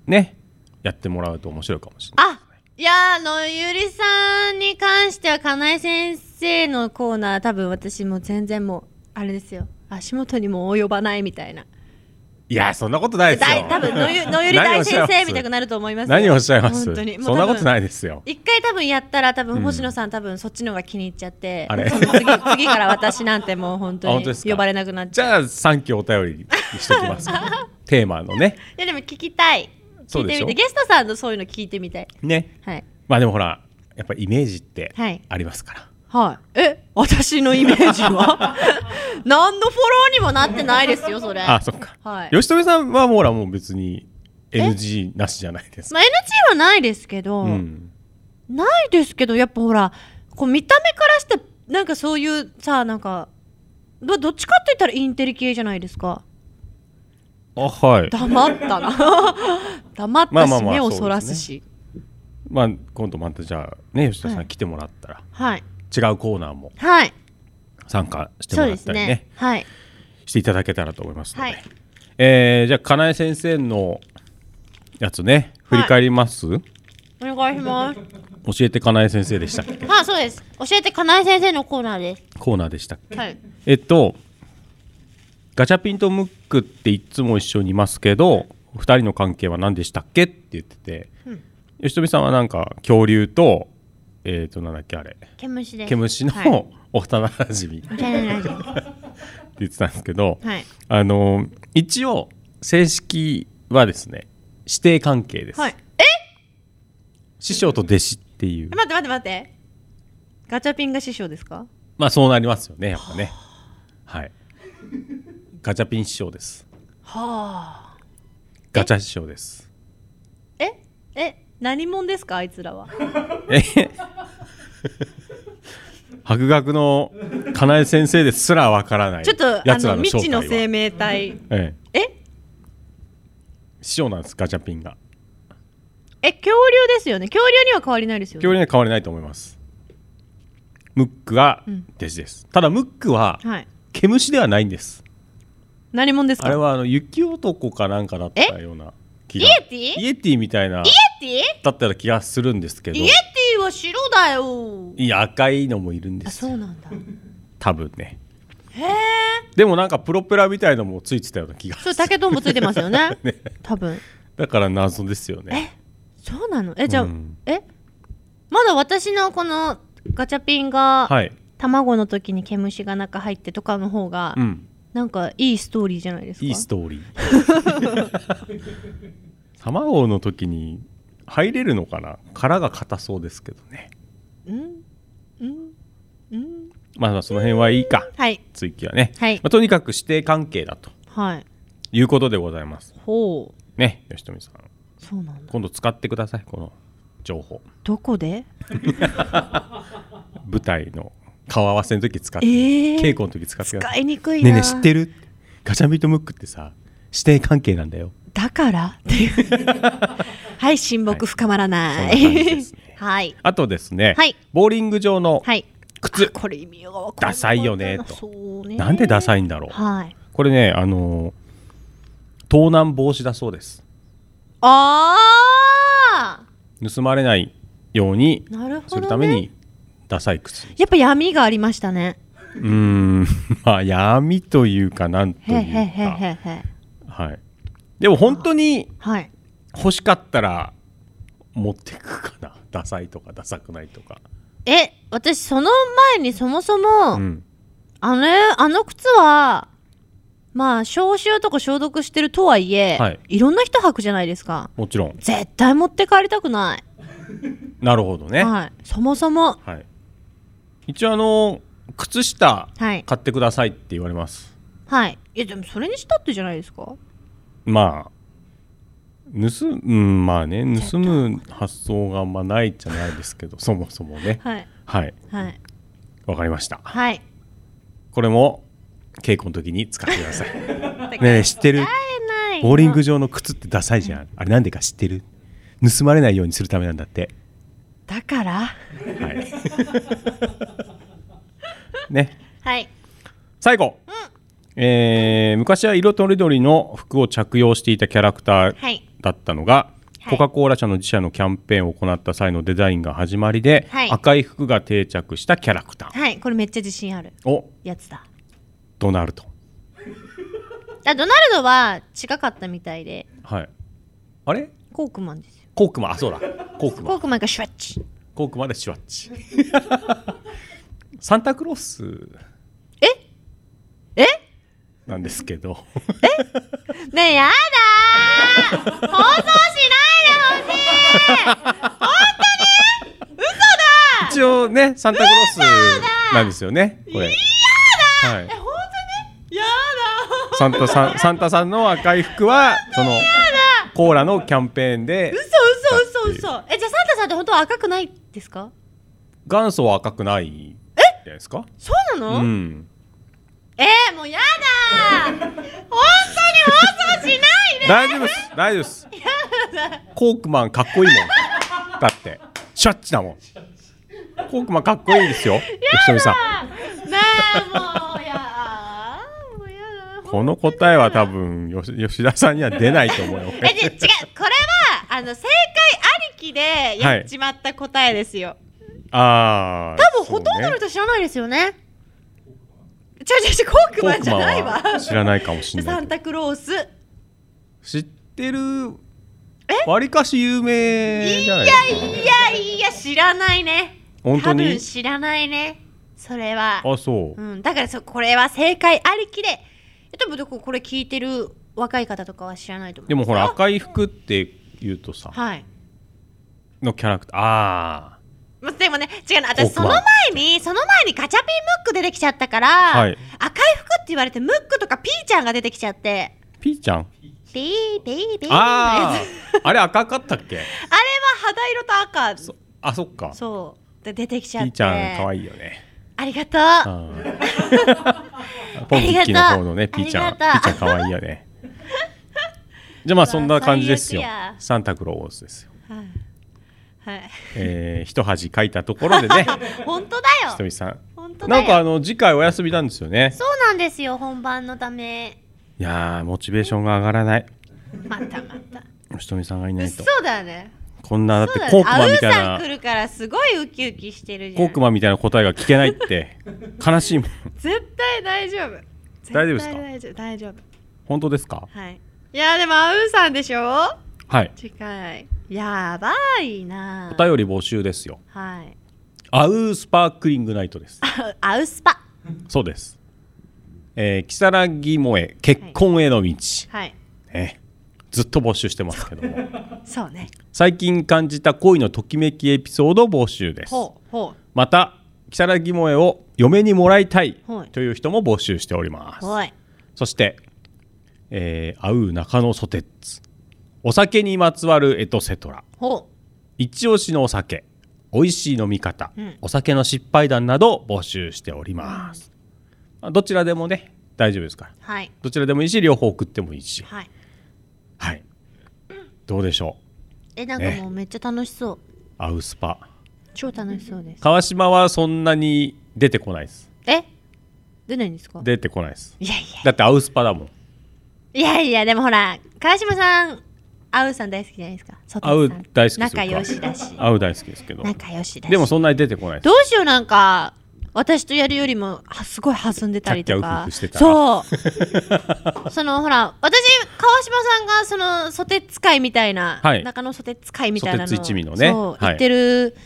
Speaker 3: ねやってもらうと面白いかもしれない
Speaker 1: いやーのゆりさんに関してはかなえ先生のコーナー多分私もう全然もうあれですよ足元にも及ばないみたいない
Speaker 3: やそんなことないですよ
Speaker 1: 大多分のゆのゆり大先生みたいになると思いますよ
Speaker 3: 何をおっしゃいます
Speaker 1: 本当にもう
Speaker 3: そんなことない
Speaker 1: 多分
Speaker 3: ですよ
Speaker 1: 一回多分やったら多
Speaker 3: う
Speaker 1: 分
Speaker 3: ん
Speaker 1: 星野さん、多分そっちの方が気に入っちゃって
Speaker 3: あれ
Speaker 1: 多分次次から私なんてもう本
Speaker 3: あ
Speaker 1: 当
Speaker 3: 本
Speaker 1: に
Speaker 3: 当ですか
Speaker 1: 呼ばれなくなっち
Speaker 3: じゃあ3期お便りにしときます テーマのね
Speaker 1: ゃういやでも聞きたい
Speaker 3: そ
Speaker 1: 聞
Speaker 3: う
Speaker 1: い
Speaker 3: で
Speaker 1: て
Speaker 3: し
Speaker 1: み
Speaker 3: ょ
Speaker 1: てゲストさんのそういうの聞いてみたい
Speaker 3: ね
Speaker 1: はい
Speaker 3: まあでもほらやっぱイメージって
Speaker 1: はい
Speaker 3: ありますから、
Speaker 1: はいえ私のイメージは何のフォローにもなってないですよそれ
Speaker 3: あそっか、
Speaker 1: はい
Speaker 3: 吉富さんはもうほらもう別に NG なしじゃないです
Speaker 1: ま
Speaker 3: か、
Speaker 1: あ、NG はないですけど、
Speaker 3: うん、
Speaker 1: ないですけどやっぱほらこう見た目からしてなんかそういうさなんかどどっちかって言ったらインテリ系じゃないですか
Speaker 3: あはい
Speaker 1: 黙った な黙ったし、
Speaker 3: まあまあまあ
Speaker 1: 目
Speaker 3: そう
Speaker 1: を
Speaker 3: ですね
Speaker 1: そらすし
Speaker 3: まあ今度またじゃあね吉田さん来てもらったら、
Speaker 1: はい
Speaker 3: 違うコーナーも
Speaker 1: はい
Speaker 3: 参加して
Speaker 1: そ
Speaker 3: も
Speaker 1: う
Speaker 3: ら
Speaker 1: で
Speaker 3: っ
Speaker 1: す
Speaker 3: たり
Speaker 1: ね
Speaker 3: ね
Speaker 1: はい
Speaker 3: していただけたらと思います、
Speaker 1: はい
Speaker 3: えー、じゃあかなえ先生のやつね振り返ります、
Speaker 1: お願いします
Speaker 3: 教えてかなえ先生でしたっけ
Speaker 1: あそうです教えてかなえ先生のコーナーです
Speaker 3: コーナーでしたっけ
Speaker 1: はい
Speaker 3: えっとガチャピンとムックっていつも一緒にいますけど2人の関係は何でしたっけって言ってて、
Speaker 1: うん
Speaker 3: 吉富さんはなんか恐竜とえっ、ー、となんだっけあれ
Speaker 1: 毛虫です
Speaker 3: 毛虫の、
Speaker 1: はい
Speaker 3: 幼馴染み
Speaker 1: 幼馴
Speaker 3: って言ってたんですけど、
Speaker 1: はい
Speaker 3: あの一応正式はですね師弟関係です、
Speaker 1: はいえ
Speaker 3: 師匠と弟子っていう
Speaker 1: 待って待って待ってガチャピンが師匠ですか
Speaker 3: まあそうなりますよねやっぱねはいガチャピン師匠です
Speaker 1: はあ
Speaker 3: ガチャ師匠です
Speaker 1: ええ何者ですかあいつらは
Speaker 3: え博学のかなえ先生ですらわからない
Speaker 1: ちょっとあ
Speaker 3: 奴ら
Speaker 1: の
Speaker 3: の
Speaker 1: 未
Speaker 3: 正
Speaker 1: 知
Speaker 3: 体
Speaker 1: の
Speaker 3: は
Speaker 1: 生命体
Speaker 3: え
Speaker 1: え
Speaker 3: 師匠なんですガチャピンが
Speaker 1: え恐竜ですよね恐竜には変わりないですよね
Speaker 3: 恐竜には変わりないと思いますムックが弟子です、ただムックは
Speaker 1: はい
Speaker 3: 毛虫ではないんです
Speaker 1: 何者ですか
Speaker 3: あれはあの雪男かなんかだったような気が
Speaker 1: イエティ
Speaker 3: イエティみたい
Speaker 1: イ
Speaker 3: な
Speaker 1: エテ
Speaker 3: だったような気がするんですけ
Speaker 1: ィ
Speaker 3: ど
Speaker 1: イエティは白だよ
Speaker 3: いや赤いのもいるんで
Speaker 1: あ
Speaker 3: す
Speaker 1: そうなんだ
Speaker 3: 多分ね
Speaker 1: へえ
Speaker 3: でもなんかプロペラみたいのもついてたような気が
Speaker 1: そう竹とんぼついてますよ ね多分
Speaker 3: だから謎ですよね
Speaker 1: そうなのえじゃあ、
Speaker 3: うん
Speaker 1: えまだ私のこのガチャピンが、
Speaker 3: はい
Speaker 1: 卵の時に毛虫が中入ってとかの方が、
Speaker 3: うん
Speaker 1: なんかいいストーリーじゃないですか
Speaker 3: いいストーリー 卵の時に入れるのかな殻が硬そうですけどね
Speaker 1: うんうんうん
Speaker 3: まあまあその辺はいいか、
Speaker 1: はい
Speaker 3: 追記はね、
Speaker 1: はい
Speaker 3: まあ、とにかく師弟関係だと
Speaker 1: はい
Speaker 3: いうことでございます
Speaker 1: ほう
Speaker 3: ね吉富さん
Speaker 1: そうなんだ
Speaker 3: 今度使ってくださいこの情報
Speaker 1: どこで
Speaker 3: 舞台の顔合わせの時使って、
Speaker 1: えー
Speaker 3: 稽古の時使ってくださ
Speaker 1: 使
Speaker 3: い
Speaker 1: いにくいな
Speaker 3: ねえねえ知ってるガチャミとムックってさ師弟関係なんだよ
Speaker 1: だからっていう はい親睦深まらない、
Speaker 3: そんな感じです
Speaker 1: はい
Speaker 3: あとですね、
Speaker 1: はい
Speaker 3: ボーリング場の
Speaker 1: はい
Speaker 3: 靴
Speaker 1: これ意味がわかん
Speaker 3: ダサいよね
Speaker 1: そ
Speaker 3: と
Speaker 1: うね
Speaker 3: なんでダサいんだろう、
Speaker 1: はい
Speaker 3: これねあのー盗難防止だそうです
Speaker 1: ああ
Speaker 3: 盗まれないように
Speaker 1: なる
Speaker 3: す
Speaker 1: ほ
Speaker 3: る
Speaker 1: ど
Speaker 3: ため
Speaker 1: ね
Speaker 3: にダサい靴
Speaker 1: やっぱ闇がありましたね
Speaker 3: うーん まあ闇というかなんと
Speaker 1: へ
Speaker 3: い
Speaker 1: へ
Speaker 3: う
Speaker 1: へへへ
Speaker 3: はいでも本当に
Speaker 1: はい
Speaker 3: 欲しかったら持ってくかなダサいとかダサくないとか
Speaker 1: え私その前にそもそも、
Speaker 3: ん
Speaker 1: あれあの靴はまあ消臭とか消毒してるとはいえ、
Speaker 3: はい
Speaker 1: いろんな人履くじゃないですか
Speaker 3: もちろん
Speaker 1: 絶対持って帰りたくない
Speaker 3: なるほどね、
Speaker 1: はい、そもそも
Speaker 3: はい、一応あの靴下
Speaker 1: はい
Speaker 3: 買ってくださいって言われます、
Speaker 1: はいいやでもそれにしたってじゃないですか
Speaker 3: まあ盗むうんまあね盗む発想があんまないじゃないですけどそもそもね
Speaker 1: はい
Speaker 3: はい
Speaker 1: はい
Speaker 3: わかりました
Speaker 1: はい
Speaker 3: これも稽古の時に使ってくださいねえねえ知ってる
Speaker 1: ない
Speaker 3: ボーリング場の靴ってダサいじゃんあれなんでか知ってる盗まれないようにするためなんだって
Speaker 1: だからは
Speaker 3: はいね
Speaker 1: はい
Speaker 3: 最後、えー昔は色とりどりの服を着用していたキャラクター
Speaker 1: はい
Speaker 3: だったのが、コカ・コーラ社の自社のキャンペーンを行った際のデザインが始まりで、
Speaker 1: はい
Speaker 3: 赤い服が定着したキャラクタ
Speaker 1: はいこれめっちゃ自信ある
Speaker 3: ーを
Speaker 1: やつだ
Speaker 3: ドナルド、
Speaker 1: あドナルドは近かったみたいで
Speaker 3: はい、あれ
Speaker 1: コークマンですよ
Speaker 3: コークマンあそうだコークマ
Speaker 1: コ
Speaker 3: ン
Speaker 1: ークマンがシュワッチ
Speaker 3: コークマンでシュワッチ サンタクロース
Speaker 1: え
Speaker 3: なんですけど
Speaker 1: ねえやだー放送しないでほしい
Speaker 3: 一応ねサンタクロースなんですよねこれはい
Speaker 1: や
Speaker 3: サンタさん、サンタさんの赤い服は、その。コーラのキャンペーンで、
Speaker 1: 嘘嘘嘘嘘えじゃあサンタさんって本当は赤くないですか
Speaker 3: 元祖は赤くない。じゃないですか。
Speaker 1: そうな
Speaker 3: う
Speaker 1: の、
Speaker 3: ん。
Speaker 1: えー、もうや だー本当に放送しないで
Speaker 3: 大丈夫です。大丈夫です。
Speaker 1: やだ
Speaker 3: コークマンかっこいいもん。だって。シャッチだもん。コークマンかっこいいですよ。よきとみさん。
Speaker 1: ねえもうやだーもうやだー
Speaker 3: この答えは多分、よし、吉田さんには出ないと思うよ。
Speaker 1: えじゃ違うこれはあの正解ありきでやっちまった答えですよ、
Speaker 3: ああ。
Speaker 1: 多分ほとんどの人知らないですよね違う違う違うコーク
Speaker 3: コ
Speaker 1: マ
Speaker 3: ー
Speaker 1: ン
Speaker 3: ク
Speaker 1: じゃ
Speaker 3: マン
Speaker 1: ないわ
Speaker 3: は知らないかもしれない
Speaker 1: サンタクロース
Speaker 3: 知ってるわりかし有名じゃない
Speaker 1: い
Speaker 3: で
Speaker 1: や
Speaker 3: すか
Speaker 1: いやいや知らないね
Speaker 3: 本当
Speaker 1: 多分
Speaker 3: に
Speaker 1: 知らないねそれは
Speaker 3: あそうう、
Speaker 1: ん、だからそこれは正解ありきで多分どここれ聞いてる若い方とかは知らないと思う
Speaker 3: でもほら
Speaker 1: あ
Speaker 3: 赤い服って言うとさ
Speaker 1: はい、
Speaker 3: のキャラクターあ
Speaker 1: ま、でもね違うの
Speaker 3: 奥は
Speaker 1: 私その前にその前にガチャピンムック出てきちゃったから、
Speaker 3: あはい
Speaker 1: 赤い服って言われてムックとかピーちゃんが出てきちゃって
Speaker 3: ピーちゃん
Speaker 1: ピーピーピーのや
Speaker 3: あ
Speaker 1: つ
Speaker 3: ああれ赤かったっけ
Speaker 1: あれは肌色と赤そ
Speaker 3: あそっか
Speaker 1: うで出てきち
Speaker 3: ピ
Speaker 1: ゃって
Speaker 3: ーちゃん可愛いよね
Speaker 1: ありがとう
Speaker 3: うん ポンキッキーの方のね
Speaker 1: あ
Speaker 3: ピ
Speaker 1: り
Speaker 3: ーちゃ
Speaker 1: がとう
Speaker 3: んピーちゃん可愛いよねじゃあまあそんな感じですよ
Speaker 1: 最悪や
Speaker 3: サンタクロースですよ
Speaker 1: はい、はい、
Speaker 3: えー、一端書いたところ でね
Speaker 1: 本当だ
Speaker 3: ひと
Speaker 1: よ
Speaker 3: みさん
Speaker 1: 本当だよ
Speaker 3: なんかあの次回お休みなんですよね
Speaker 1: そうなんですよ本番のため
Speaker 3: いやーモチベーションが上がらない
Speaker 1: またまた
Speaker 3: ひとみさんがいない
Speaker 1: そ
Speaker 3: と
Speaker 1: うだよね
Speaker 3: こんなだっ
Speaker 1: そう
Speaker 3: て
Speaker 1: だ
Speaker 3: コー
Speaker 1: ね
Speaker 3: ク
Speaker 1: あ
Speaker 3: マン
Speaker 1: う
Speaker 3: みたい
Speaker 1: さ
Speaker 3: なん
Speaker 1: 来るからすごいウキウキしてるじ
Speaker 3: コ
Speaker 1: ゃ
Speaker 3: ー
Speaker 1: ん
Speaker 3: クマンみたいな答えが聞けないって 悲しいもん
Speaker 1: 絶対大丈夫
Speaker 3: 大丈夫ですか
Speaker 1: 絶対大丈夫大丈夫
Speaker 3: 本当ですか
Speaker 1: はいいやーでもあうさんでしょ
Speaker 3: はい
Speaker 1: 次回やばいな
Speaker 3: お便り募集ですよ
Speaker 1: はい
Speaker 3: アウースパークリングナイトです
Speaker 1: あアウスパ
Speaker 3: そうですえー、キサラギ萌え結婚への道、
Speaker 1: はい
Speaker 3: ね、ずっと募集してますけども
Speaker 1: そうね
Speaker 3: 最近感じた恋のときめきエピソード募集です
Speaker 1: ほうほ
Speaker 3: またキサラギ萌えを嫁にもらいたい
Speaker 1: はい
Speaker 3: という人も募集しております
Speaker 1: うほい
Speaker 3: そして、えー、アウー中野ソテッツお酒にまつわるエトセトラ
Speaker 1: ほ
Speaker 3: 一押しのお酒美味しい飲み方、
Speaker 1: うん
Speaker 3: お酒の失敗談など募集しております、まあどちらでもね大丈夫ですから
Speaker 1: うはい
Speaker 3: どちらでもいいし両方送ってもいいし
Speaker 1: はい
Speaker 3: はいどうでしょ
Speaker 1: えなんかもうめっちゃ楽しそう
Speaker 3: うアウスパ
Speaker 1: 超楽しそうです
Speaker 3: 川島はそんなに出てこないです
Speaker 1: え出ないんですか
Speaker 3: 出てこないです
Speaker 1: いやい
Speaker 3: だってアウスパだもん
Speaker 1: やいやいやでもほら川島さんアウさん大好きじゃないですかソテ
Speaker 3: アウ
Speaker 1: ツさん
Speaker 3: 大好きですよ
Speaker 1: 仲良しだし
Speaker 3: アウ大好きですけど
Speaker 1: 仲良しだし
Speaker 3: でもそんなに出てこないです
Speaker 1: どうしようなんか私とやるよりもはすごい弾んでたりとか
Speaker 3: キャッキャウフフしてた
Speaker 1: そう そのほら私川島さんがそのソテツ会みたいな、
Speaker 3: はい
Speaker 1: 中野ソテツ会みたいなの
Speaker 3: ソテツ一味のね
Speaker 1: そう
Speaker 3: はい
Speaker 1: 言ってる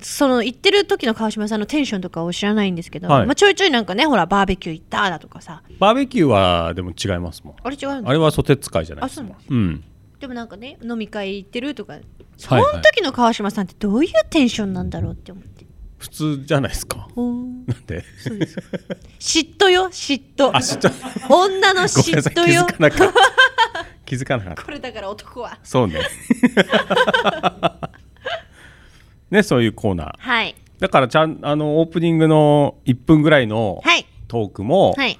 Speaker 1: その行ってる時の川島さんのテンションとかを知らないんですけど、
Speaker 3: はい
Speaker 1: まあ、ちょいちょいなんかねほらバーベキュー行っただとかさ
Speaker 3: バーベキューはでも違いますもん
Speaker 1: あれ違うんだ
Speaker 3: あれはソテツ会じゃない
Speaker 1: あ
Speaker 3: です
Speaker 1: そうなんです
Speaker 3: うん
Speaker 1: でもなんかね飲み会行ってるとかそ
Speaker 3: はい
Speaker 1: の時の川島さんってどういうテンションなんだろうって思って、
Speaker 3: 普通じゃないです か
Speaker 1: ほん
Speaker 3: なんで
Speaker 1: 嫉妬よ嫉妬
Speaker 3: あ嫉妬
Speaker 1: 女の
Speaker 3: ごめん
Speaker 1: 嫉
Speaker 3: なさい気
Speaker 1: 妬よ
Speaker 3: づかなかった気づかなかった
Speaker 1: これだから男は
Speaker 3: そうね ねそういうコーナー
Speaker 1: はい
Speaker 3: だからちゃんあのオープニングの1分ぐらいの
Speaker 1: はい
Speaker 3: トークも、
Speaker 1: はい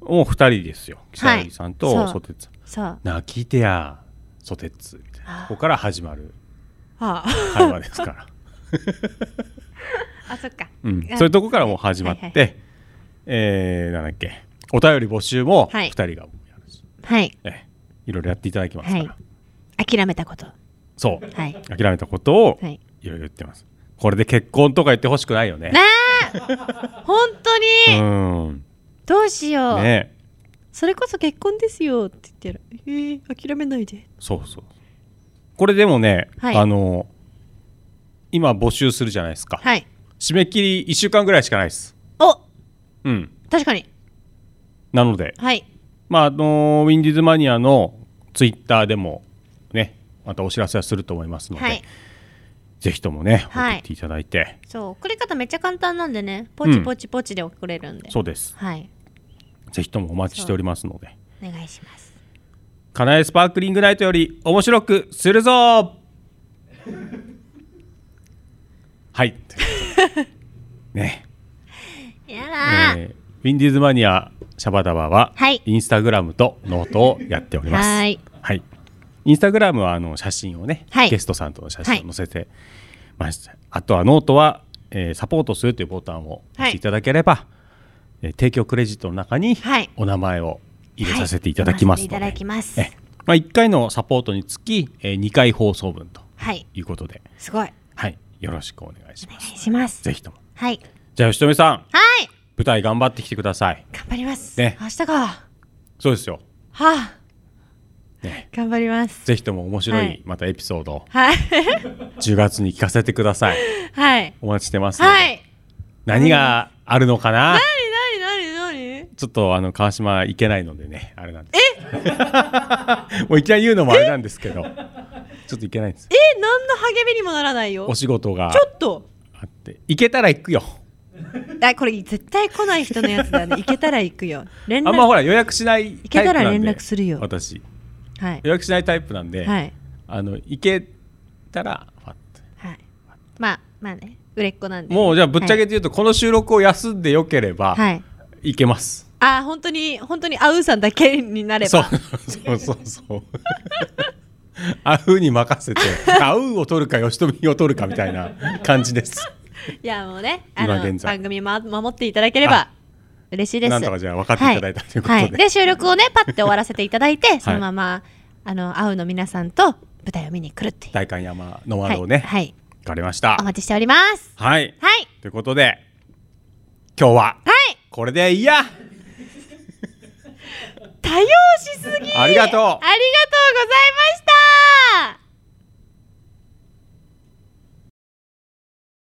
Speaker 3: もう2人ですよ木更木さん
Speaker 1: は
Speaker 3: と
Speaker 1: い
Speaker 3: ソテツさん、
Speaker 1: そうは
Speaker 3: なあ聞いてやソテツみたいなここから始まる
Speaker 1: あ
Speaker 3: 会話ですから
Speaker 1: あそっか
Speaker 3: うん、そういうとこからもう始まって、えー、なんだっけお便り募集も
Speaker 1: はい
Speaker 3: 2人が
Speaker 1: はい
Speaker 3: いろいろやっていただきますから、
Speaker 1: 諦めたこと
Speaker 3: そう、
Speaker 1: はい
Speaker 3: 諦めたことを
Speaker 1: はい
Speaker 3: いろいろ言ってますこれで結婚とか言ってほしくないよね
Speaker 1: ねえ本当
Speaker 3: う
Speaker 1: に
Speaker 3: ん
Speaker 1: どうしよう、
Speaker 3: ね
Speaker 1: それこそ結婚ですよって言ってるえー、諦めないで
Speaker 3: そうそうこれでもね、
Speaker 1: はい
Speaker 3: あの今募集するじゃないですか、
Speaker 1: はい
Speaker 3: 締め切り1週間ぐらいしかないです
Speaker 1: お
Speaker 3: うん
Speaker 1: 確かに
Speaker 3: なので
Speaker 1: はい
Speaker 3: まああのウィンディーズマニアのツイッターでもねまたお知らせはすると思いますので、
Speaker 1: はい
Speaker 3: ぜひともね
Speaker 1: はい
Speaker 3: 送っていただいて、
Speaker 1: そう送り方めっちゃ簡単なんでねポチポチポチで送れるんで、
Speaker 3: そうです
Speaker 1: はい
Speaker 3: ぜひともお待ちしておりますので
Speaker 1: お願いします
Speaker 3: かなえスパークリングナイトより面白くす るぞはいね
Speaker 1: やだー、
Speaker 3: えーウィンディーズマニアシャバダバは、
Speaker 1: はい
Speaker 3: インスタグラムとノートをやっております。
Speaker 1: はーい
Speaker 3: はいインスタグラムはあの写真をね、
Speaker 1: はい
Speaker 3: ゲストさんとの写真を載せてました、あとはノートは、えーサポートするというボタンを押していただければ、えー提供クレジットの中に
Speaker 1: はい
Speaker 3: お名前を入れさせていただきますので、
Speaker 1: はい、いただきます
Speaker 3: えまあ、1回のサポートにつき、え2回放送分と
Speaker 1: はい
Speaker 3: いうことで、
Speaker 1: すごい
Speaker 3: はい、よろしくお願いしま
Speaker 1: お
Speaker 3: す。
Speaker 1: 願いします
Speaker 3: ぜひとも
Speaker 1: はい
Speaker 3: じゃあ吉富さん
Speaker 1: はい
Speaker 3: 舞台頑張ってきてください。
Speaker 1: 頑張ります、
Speaker 3: ね
Speaker 1: 明日かは
Speaker 3: そうですよ。
Speaker 1: あ
Speaker 3: ね、
Speaker 1: 頑張ります
Speaker 3: ぜひとも面白
Speaker 1: はい
Speaker 3: いまたエピソードを
Speaker 1: はい
Speaker 3: 10月に聞かせてください。
Speaker 1: はい
Speaker 3: お待ちしてますので。
Speaker 1: はい
Speaker 3: 何があるのかな。
Speaker 1: なになになに
Speaker 3: ちょっとあの川島行けないのでね、あれなんです。 もういきなり言うのもあれなんですけど、ちょっと行けないんです。
Speaker 1: え何の励みにもならないよ
Speaker 3: お仕事が
Speaker 1: ちょっと
Speaker 3: あって、行けたら行くよ。
Speaker 1: あこれ絶対来ない人のやつ だね行けたら行くよ連絡
Speaker 3: あんまほら予約しない
Speaker 1: け
Speaker 3: タイプ
Speaker 1: たら
Speaker 3: なんで。
Speaker 1: 連絡するよ
Speaker 3: 私
Speaker 1: はい
Speaker 3: 予約しないタイプなんで、
Speaker 1: はい
Speaker 3: あの行けたら。ファッと
Speaker 1: はいまあまあね売れっ子なんで
Speaker 3: もうじゃあぶっちゃけて言うと、この収録を休んでよけれ
Speaker 1: は
Speaker 3: ば、
Speaker 1: い、はい、
Speaker 3: いけます。
Speaker 1: あ本当に本当にアウーさんだけになれば
Speaker 3: そうそうそうそう。 あうに任せて、あうを取るか、吉富を取るかみたいな感じです。
Speaker 1: いやもうねあ
Speaker 3: 今
Speaker 1: の
Speaker 3: 現在
Speaker 1: 番組、ま、守っていただければ
Speaker 3: あ
Speaker 1: 嬉しいです
Speaker 3: なんとかじゃあ分かっていただいたということで
Speaker 1: はい、で収録をねパッて終わらせていただいて、そのままあのアウの皆さんと舞台を見に来るっていう
Speaker 3: 大観山の窓をね、
Speaker 1: はい、はい、
Speaker 3: 行かれました
Speaker 1: お。待ちしております
Speaker 3: はい。
Speaker 1: はい
Speaker 3: ということで、今日は
Speaker 1: はい
Speaker 3: これでいいや
Speaker 1: 多用しすぎ
Speaker 3: ありがとう
Speaker 1: ありがとうございました